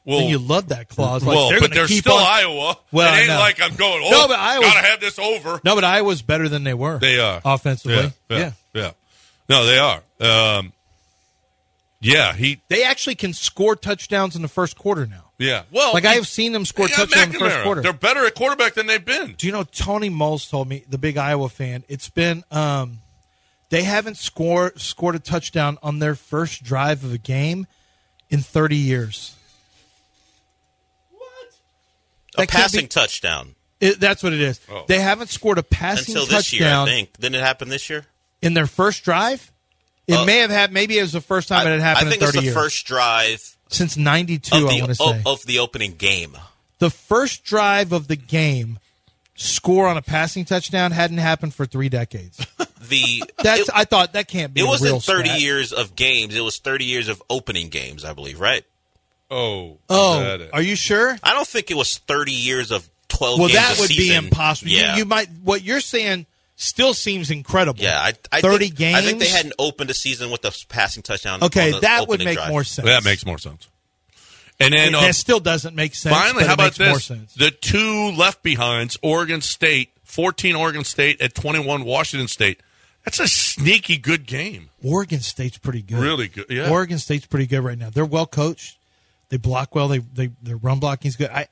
Speaker 3: Well,
Speaker 7: then you love that clause. Like,
Speaker 3: well,
Speaker 7: they're
Speaker 3: but
Speaker 7: gonna
Speaker 3: they're
Speaker 7: keep
Speaker 3: still
Speaker 7: on-
Speaker 3: Iowa.
Speaker 7: Well,
Speaker 3: it
Speaker 7: I
Speaker 3: ain't
Speaker 7: know.
Speaker 3: like I'm going. Oh,
Speaker 7: No, but Iowa's-
Speaker 3: gotta have this over.
Speaker 7: No, but Iowa's better than they were.
Speaker 3: They are
Speaker 7: offensively.
Speaker 3: Yeah, yeah, yeah. No, they are. Um, yeah, he.
Speaker 7: they actually can score touchdowns in the first quarter now.
Speaker 3: Yeah. Well,
Speaker 7: Like I
Speaker 3: he-
Speaker 7: have seen them score
Speaker 3: they got
Speaker 7: touchdowns in the first
Speaker 3: McNamara.
Speaker 7: quarter.
Speaker 3: They're better at quarterback than they've been.
Speaker 7: Do you know Tony Moles told me the big Iowa fan? It's been um, they haven't scored scored a touchdown on their first drive of a game in 30 years.
Speaker 6: a
Speaker 7: that can't
Speaker 6: passing
Speaker 7: be-
Speaker 6: touchdown
Speaker 7: It, that's what it is.
Speaker 3: Oh.
Speaker 7: They haven't scored a passing
Speaker 6: until this year. I
Speaker 7: touchdown
Speaker 6: think. Didn't it happen this year?
Speaker 7: in their first drive. It
Speaker 6: Uh,
Speaker 7: may have had. Maybe it was the first time it had happened
Speaker 6: I think
Speaker 7: in
Speaker 6: it's
Speaker 7: 30
Speaker 6: the
Speaker 7: years
Speaker 6: first drive
Speaker 7: since '92. I
Speaker 6: of
Speaker 7: want to
Speaker 6: the,
Speaker 7: say
Speaker 6: of, of the opening game.
Speaker 7: the first drive of the game score on a passing touchdown hadn't happened for three decades.
Speaker 6: The
Speaker 7: That's
Speaker 6: it,
Speaker 7: I thought that can't be. a
Speaker 6: it
Speaker 7: real
Speaker 6: wasn't 30
Speaker 7: stat.
Speaker 6: years of games. It was 30 years of opening games, I believe. Right.
Speaker 3: Oh, that
Speaker 7: Oh,
Speaker 3: is-
Speaker 7: are you sure?
Speaker 6: I don't think it was 30 years of 12
Speaker 7: Well,
Speaker 6: games
Speaker 7: that
Speaker 6: a
Speaker 7: would be
Speaker 6: season.
Speaker 7: impossible. You-
Speaker 6: Yeah.
Speaker 7: You, might what you're saying still seems incredible.
Speaker 6: Yeah, I, I
Speaker 7: thirty
Speaker 6: think,
Speaker 7: games.
Speaker 6: I think they hadn't opened the season with the passing touchdown.
Speaker 7: Okay,
Speaker 6: on the
Speaker 7: that would
Speaker 6: opening
Speaker 7: make
Speaker 6: drive.
Speaker 7: more sense.
Speaker 3: That makes more sense. And then
Speaker 7: It-
Speaker 3: uh,
Speaker 7: that still doesn't make sense.
Speaker 3: finally,
Speaker 7: but
Speaker 3: how
Speaker 7: it
Speaker 3: about
Speaker 7: makes More
Speaker 3: this?
Speaker 7: sense.
Speaker 3: The two left behinds, Oregon State, 14 Oregon State at 21 Washington State. That's a sneaky good game.
Speaker 7: Oregon State's pretty good.
Speaker 3: Really good, yeah.
Speaker 7: Oregon State's pretty good right now. They're well coached. They block well. They they their run blocking's good. I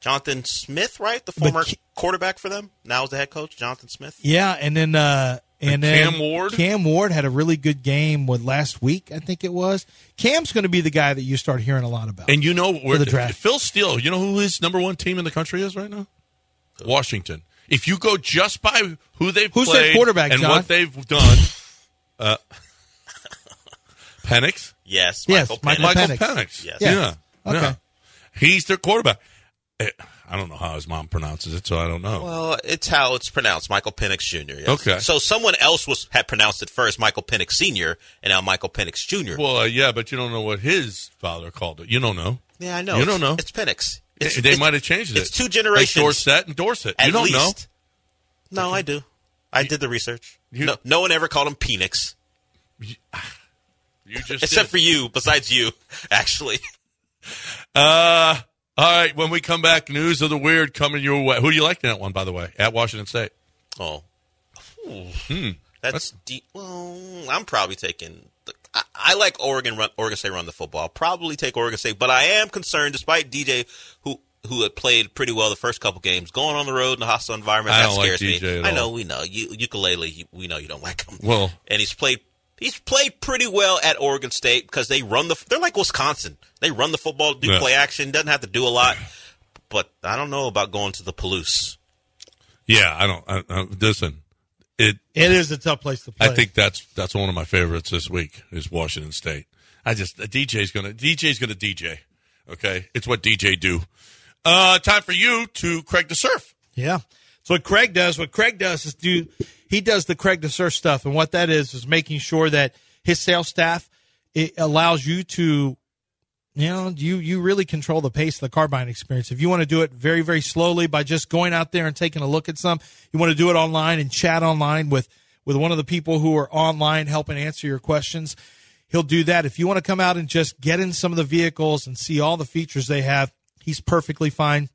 Speaker 6: Jonathan Smith, right, the former
Speaker 7: Ke-
Speaker 6: quarterback for them, now is the head coach, Jonathan Smith.
Speaker 7: yeah, and then uh and
Speaker 3: And
Speaker 7: then
Speaker 3: Cam Ward?
Speaker 7: Cam Ward had a really good game with last week. I think it was. Cam's going to be the guy that you start hearing a lot about.
Speaker 3: And you know where
Speaker 7: the draft.
Speaker 3: Phil Steele, you know who his number one team in the country is right now? Washington. If you go just by who they've
Speaker 7: Who's their
Speaker 3: played
Speaker 7: quarterback,
Speaker 3: and
Speaker 7: John?
Speaker 3: what they've done, uh, Penix,
Speaker 6: Yes,
Speaker 7: Yes,
Speaker 6: Michael
Speaker 7: Michael
Speaker 6: Penix.
Speaker 3: Michael
Speaker 7: Penix.
Speaker 3: Penix.
Speaker 6: Yes.
Speaker 3: Yeah.
Speaker 7: Yes.
Speaker 3: yeah.
Speaker 7: Okay.
Speaker 3: He's their quarterback. Eh, I don't know how his mom pronounces it, so I don't know.
Speaker 6: Well, it's how it's pronounced, Michael Penix Jr. yes.
Speaker 3: Okay.
Speaker 6: So someone else was had pronounced it first, Michael Penix Sr. and now Michael Penix Jr.
Speaker 3: Well, uh, yeah, but you don't know what his father called it. You don't know.
Speaker 6: yeah, I know.
Speaker 3: You don't
Speaker 6: It's-
Speaker 3: know.
Speaker 6: It's Penix.
Speaker 3: Eh,
Speaker 6: It's,
Speaker 3: they
Speaker 6: it's-
Speaker 3: might have changed it.
Speaker 6: It's two generations.
Speaker 3: Like Dorset and Dorset.
Speaker 6: At
Speaker 3: you don't know.
Speaker 6: least. No, I do. I did the research.
Speaker 3: you-
Speaker 6: no, no one ever called him Penix,
Speaker 3: You just
Speaker 6: except
Speaker 3: did.
Speaker 6: for you. Besides you, actually.
Speaker 3: Uh, all right. When we come back, news of the weird coming your way. Who do you like in that one, by the way? At Washington State.
Speaker 6: Oh.
Speaker 3: Hmm.
Speaker 6: That's, deep. Well, I'm probably taking. The, I, I like Oregon. Run, Oregon State run the football. I'll probably take Oregon State, but I am concerned. Despite DJ, who who had played pretty well the first couple games, going on the road in a hostile environment
Speaker 3: I
Speaker 6: that
Speaker 3: don't like
Speaker 6: scares me.
Speaker 3: DJ at
Speaker 6: I know
Speaker 3: all.
Speaker 6: we know you ukulele. You, we know you don't like him.
Speaker 3: Well-
Speaker 6: and he's played. He's played pretty well at Oregon State because they run the. They're like Wisconsin. They run the football, do
Speaker 3: Yeah.
Speaker 6: play action, doesn't have to do a lot. But I don't know about going to the Palouse.
Speaker 3: Yeah, I don't. I, I, listen, it.
Speaker 7: it is a tough place to play.
Speaker 3: I think that's that's one of my favorites this week is Washington State. I just uh, DJ's gonna DJ's gonna DJ. Okay, it's what DJ do. Uh, time for you to Craig the Surf.
Speaker 7: Yeah. That's what Craig does. What Craig does is do he does the Craig Desur stuff, and what that is is making sure that his sales staff it allows you to, you know, you you really control the pace of the car buying experience. If you want to do it very very slowly by just going out there and taking a look at some, you want to do it online and chat online with with one of the people who are online helping answer your questions. He'll do that. If you want to come out and just get in some of the vehicles and see all the features they have, he's perfectly fine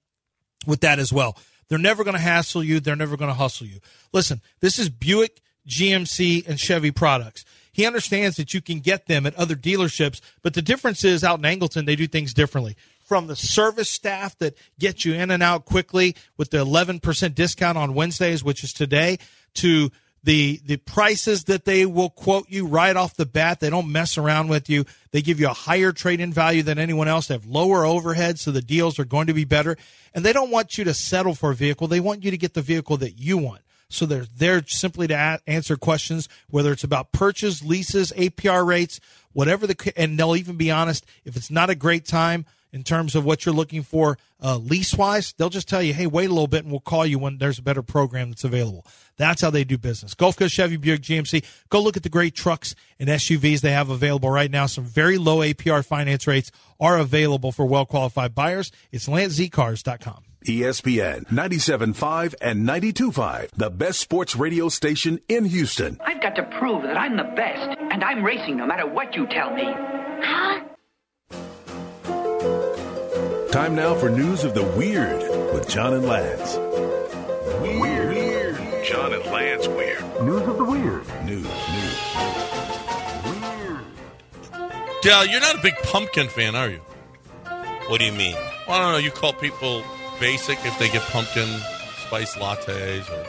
Speaker 7: with that as well. They're never going to hassle you. They're never going to hustle you. Listen, this is Buick, GMC, and Chevy products. He understands that you can get them at other dealerships, but the difference is out in Angleton, they do things differently. From the service staff that get you in and out quickly with the 11% discount on Wednesdays, which is today, to the the prices that they will quote you right off the bat. They don't mess around with you. They give you a higher trade in value than anyone else. They have lower overhead, so the deals are going to be better. And they don't want you to settle for a vehicle. They want you to get the vehicle that you want. So they're there simply to a- answer questions, whether it's about purchase, leases, APR rates, whatever the, c- and they'll even be honest if it's not a great time in terms of what you're looking for uh, lease wise, they'll just tell you, hey, wait a little bit and we'll call you when there's a better program that's available. That's how they do business. Gulf Coast Chevy Buick GMC, go look at the great trucks and SUVs they have available right now. Some very low APR finance rates are available for well qualified buyers. It's lantzcars.com.
Speaker 2: E ESPN 97.5 and 92.5, the best sports radio station in Houston.
Speaker 11: I've got to prove that I'm the best, and I'm racing no matter what you tell me.
Speaker 2: Time now for news of the weird with John and Lance. Weird. weird. John and Lance weird. News of the weird. News. News.
Speaker 3: Dal, you're not a big pumpkin fan, are you?
Speaker 6: What do you mean?
Speaker 3: Well, I don't know. You call people basic if they get pumpkin spice lattes, or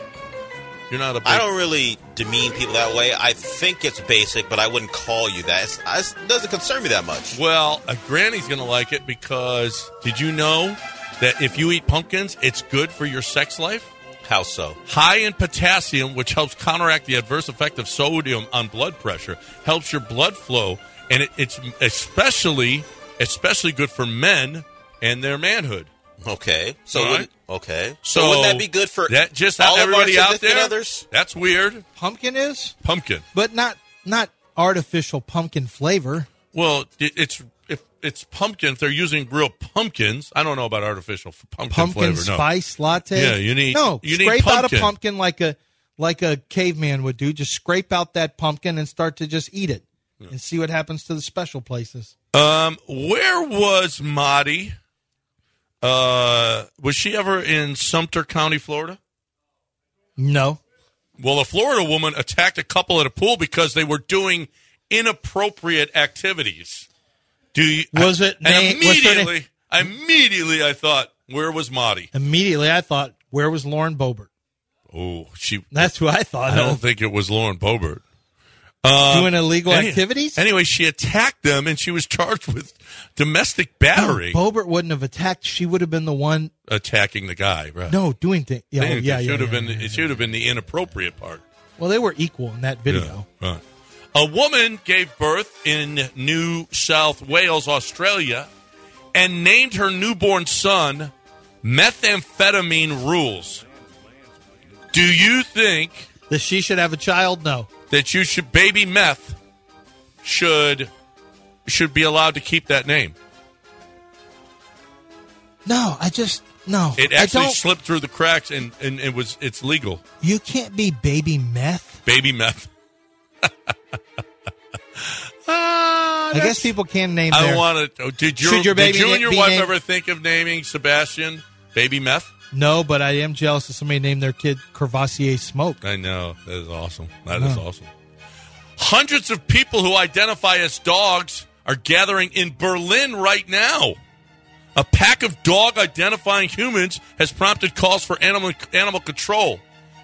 Speaker 3: you're not a big
Speaker 6: I don't really demean people that way. I think it's basic, but I wouldn't call you that. It's, it's, it doesn't concern me that much.
Speaker 3: Well, a granny's going to like it because did you know that if you eat pumpkins, it's good for your sex life?
Speaker 6: How so?
Speaker 3: High in potassium, which helps counteract the adverse effect of sodium on blood pressure, helps your blood flow, and it, it's especially especially good for men and their manhood.
Speaker 6: Okay. So
Speaker 3: All right.
Speaker 6: wouldn't, okay. So, wouldn't that be good for
Speaker 3: that? Just
Speaker 6: all of
Speaker 3: everybody
Speaker 6: our
Speaker 3: out
Speaker 6: significant
Speaker 3: there.
Speaker 6: Others?
Speaker 3: That's weird.
Speaker 7: Pumpkin is,
Speaker 3: Pumpkin.
Speaker 7: but not not artificial pumpkin flavor.
Speaker 3: Well, it, it's if it's pumpkin, if they're using real pumpkins, I don't know about artificial f- pumpkin,
Speaker 7: pumpkin
Speaker 3: flavor. no.
Speaker 7: spice latte.
Speaker 3: Yeah, you need-
Speaker 7: no.
Speaker 3: you need
Speaker 7: scrape out a
Speaker 3: pumpkin.
Speaker 7: pumpkin like a like a caveman would do. Just scrape out that pumpkin and start to just eat it and see what happens to the special places.
Speaker 3: Um, where was Madi? Uh, was she ever in Sumter County, Florida?
Speaker 7: No,
Speaker 3: Well, a Florida woman attacked a couple at a pool because they were doing inappropriate activities. Do you,
Speaker 7: Was it
Speaker 3: And
Speaker 7: na- was her
Speaker 3: immediately, immediately, I thought, where was Madi?
Speaker 7: immediately I thought, where was Lauren Boebert?
Speaker 3: Oh, she.
Speaker 7: That's who I thought
Speaker 3: I don't
Speaker 7: of.
Speaker 3: think it was Lauren Boebert. Um,
Speaker 7: Doing illegal activities?
Speaker 3: Anyway, she attacked them, and she was charged with domestic battery,
Speaker 7: Boebert wouldn't have attacked. She would have been the one.
Speaker 3: attacking the guy. Right?
Speaker 7: No, doing things. Yeah, oh,
Speaker 3: Dang,
Speaker 7: yeah,
Speaker 3: it
Speaker 7: yeah,
Speaker 3: should have
Speaker 7: yeah,
Speaker 3: been.
Speaker 7: yeah, yeah.
Speaker 3: It should have been the inappropriate part.
Speaker 7: Well, they were equal in that video.
Speaker 3: Yeah, right. A woman gave birth in New South Wales, Australia, and named her newborn son Methamphetamine Rules. Do you think
Speaker 7: That she should have a child? No.
Speaker 3: that you should baby meth should should be allowed to keep that name?
Speaker 7: No, I just no.
Speaker 3: It
Speaker 7: I
Speaker 3: actually
Speaker 7: don't.
Speaker 3: slipped through the cracks and, and it was it's legal.
Speaker 7: you can't be baby meth.
Speaker 3: Baby meth. Ah,
Speaker 7: I
Speaker 3: that's-
Speaker 7: guess people can name.
Speaker 3: I
Speaker 7: their-
Speaker 3: want to. Did your,
Speaker 7: Should your
Speaker 3: did
Speaker 7: baby
Speaker 3: you
Speaker 7: na-
Speaker 3: and your
Speaker 7: be
Speaker 3: wife
Speaker 7: named-
Speaker 3: ever think of naming Sebastian Baby Meth?
Speaker 7: No, but I am jealous of somebody named their kid Crevassier Smoke.
Speaker 3: I know that is awesome. That is
Speaker 7: No.
Speaker 3: awesome. Hundreds of people who identify as dogs are gathering in Berlin right now. A pack of dog identifying humans has prompted calls for animal animal control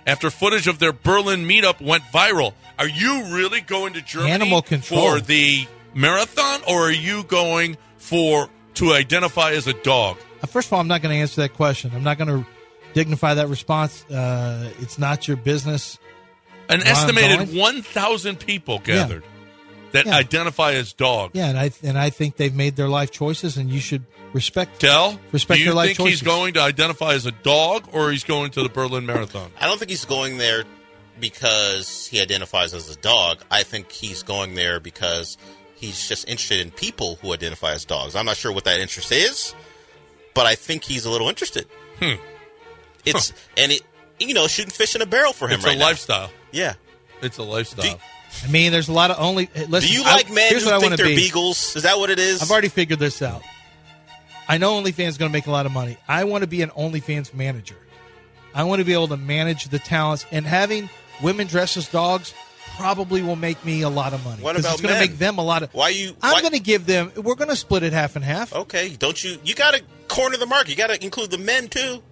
Speaker 3: after footage of their Berlin meetup went viral. Are you really going to Germany
Speaker 7: Animal control.
Speaker 3: for the marathon, or are you going for to identify as a dog?
Speaker 7: Uh, First of all, I'm not going to answer that question. I'm not going to dignify that response. Uh, it's not your business.
Speaker 3: An
Speaker 7: Where I'm
Speaker 3: estimated
Speaker 7: going?
Speaker 3: 1,000 people gathered that
Speaker 7: Yeah.
Speaker 3: identify as dogs.
Speaker 7: Yeah, and I and I think they've made their life choices, and you should respect.
Speaker 3: Dell,
Speaker 7: Respect
Speaker 3: do you
Speaker 7: your life
Speaker 3: think
Speaker 7: choices.
Speaker 3: he's going to identify as a dog or he's going to the Berlin Marathon?
Speaker 6: I don't think he's going there because he identifies as a dog. I think he's going there because he's just interested in people who identify as dogs. I'm not sure what that interest is, but I think he's a little interested.
Speaker 3: Hmm.
Speaker 6: It's and it you know shooting fish in a barrel for him
Speaker 3: It's
Speaker 6: right
Speaker 3: a
Speaker 6: now.
Speaker 3: lifestyle.
Speaker 6: Yeah.
Speaker 3: It's a lifestyle.
Speaker 7: I mean, there's a lot of only. hey, Listen,
Speaker 6: Do you
Speaker 7: I-
Speaker 6: like men
Speaker 7: here's
Speaker 6: who
Speaker 7: what I
Speaker 6: think
Speaker 7: wanna
Speaker 6: they're
Speaker 7: be.
Speaker 6: beagles? Is that what it is?
Speaker 7: I've already figured this out. I know OnlyFans is going to make a lot of money. I want to be an OnlyFans manager. I want to be able to manage the talents, and having women dress as dogs probably will make me a lot of money.
Speaker 6: What
Speaker 7: 'Cause
Speaker 6: about
Speaker 7: it's going to
Speaker 6: men?
Speaker 7: make them a lot of.
Speaker 6: Why you-
Speaker 7: I'm
Speaker 6: why-
Speaker 7: going to give them. We're going to split it half and half.
Speaker 3: Oh,
Speaker 6: okay. Don't you? You got to corner the market. You got to include the men too.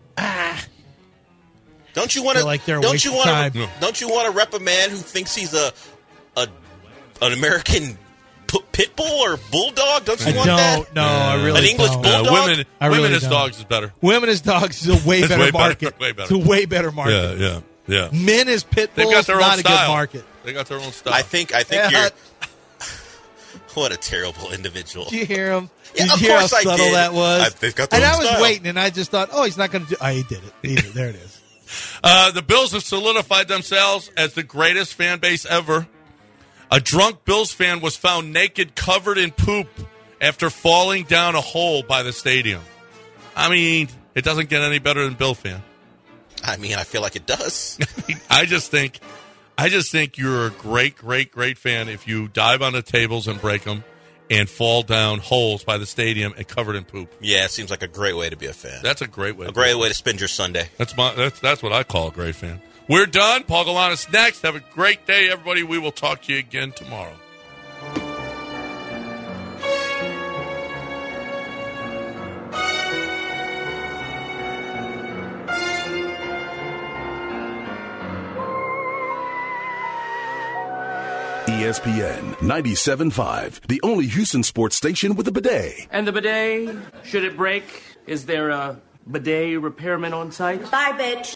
Speaker 6: Don't you want to?
Speaker 7: Feel like they're a
Speaker 6: don't
Speaker 7: waste
Speaker 6: you
Speaker 7: of
Speaker 6: want
Speaker 7: time.
Speaker 6: to? Don't you want to rep a man who thinks he's a a an American p- pit bull or bulldog? Don't you
Speaker 7: I
Speaker 6: want that?
Speaker 7: don't. No, I really
Speaker 6: An English
Speaker 7: don't.
Speaker 6: bull- Bulldog?
Speaker 3: women
Speaker 7: I
Speaker 3: women
Speaker 7: really
Speaker 3: as
Speaker 7: don't.
Speaker 3: dogs is better.
Speaker 7: Women as dogs is a way
Speaker 3: It's
Speaker 7: better
Speaker 3: way better,
Speaker 7: market.
Speaker 3: way better.
Speaker 7: It's a way better market.
Speaker 3: yeah, yeah.
Speaker 7: Men as pit
Speaker 3: They've
Speaker 7: bulls,
Speaker 3: got their own
Speaker 7: not a
Speaker 3: style.
Speaker 7: good market.
Speaker 3: They got their own style.
Speaker 6: I think. I think
Speaker 7: Yeah.
Speaker 6: you're. What a terrible individual.
Speaker 7: Did you hear him?
Speaker 6: Yeah,
Speaker 7: Did you
Speaker 6: of
Speaker 7: hear how
Speaker 6: course I
Speaker 7: subtle
Speaker 6: did.
Speaker 7: that was?
Speaker 6: I- they've got their
Speaker 7: and
Speaker 6: own
Speaker 7: I was
Speaker 6: style.
Speaker 7: waiting, and I just thought, oh, he's not going to do. I he did it. He did it. There it is.
Speaker 3: Uh, the Bills have solidified themselves as the greatest fan base ever. A drunk Bills fan was found naked, covered in poop, after falling down a hole by the stadium. I mean, it doesn't get any better than Bill fan.
Speaker 6: I mean, I feel like it does.
Speaker 3: I just think, I just think you're a great, great, great fan if you dive on the tables and break them, and fall down holes by the stadium and covered in poop.
Speaker 6: yeah, it seems like a great way to be a fan.
Speaker 3: That's a great way.
Speaker 6: a
Speaker 3: to
Speaker 6: great way to spend your Sunday.
Speaker 3: That's my that's that's what I call a great fan. We're done. Paul Galanis next. Have a great day, everybody. We will talk to you again tomorrow.
Speaker 2: E ESPN 97.5, the only Houston sports station with a bidet.
Speaker 12: And the bidet, should it break, is there a bidet repairman on site?
Speaker 13: Bye, bitch.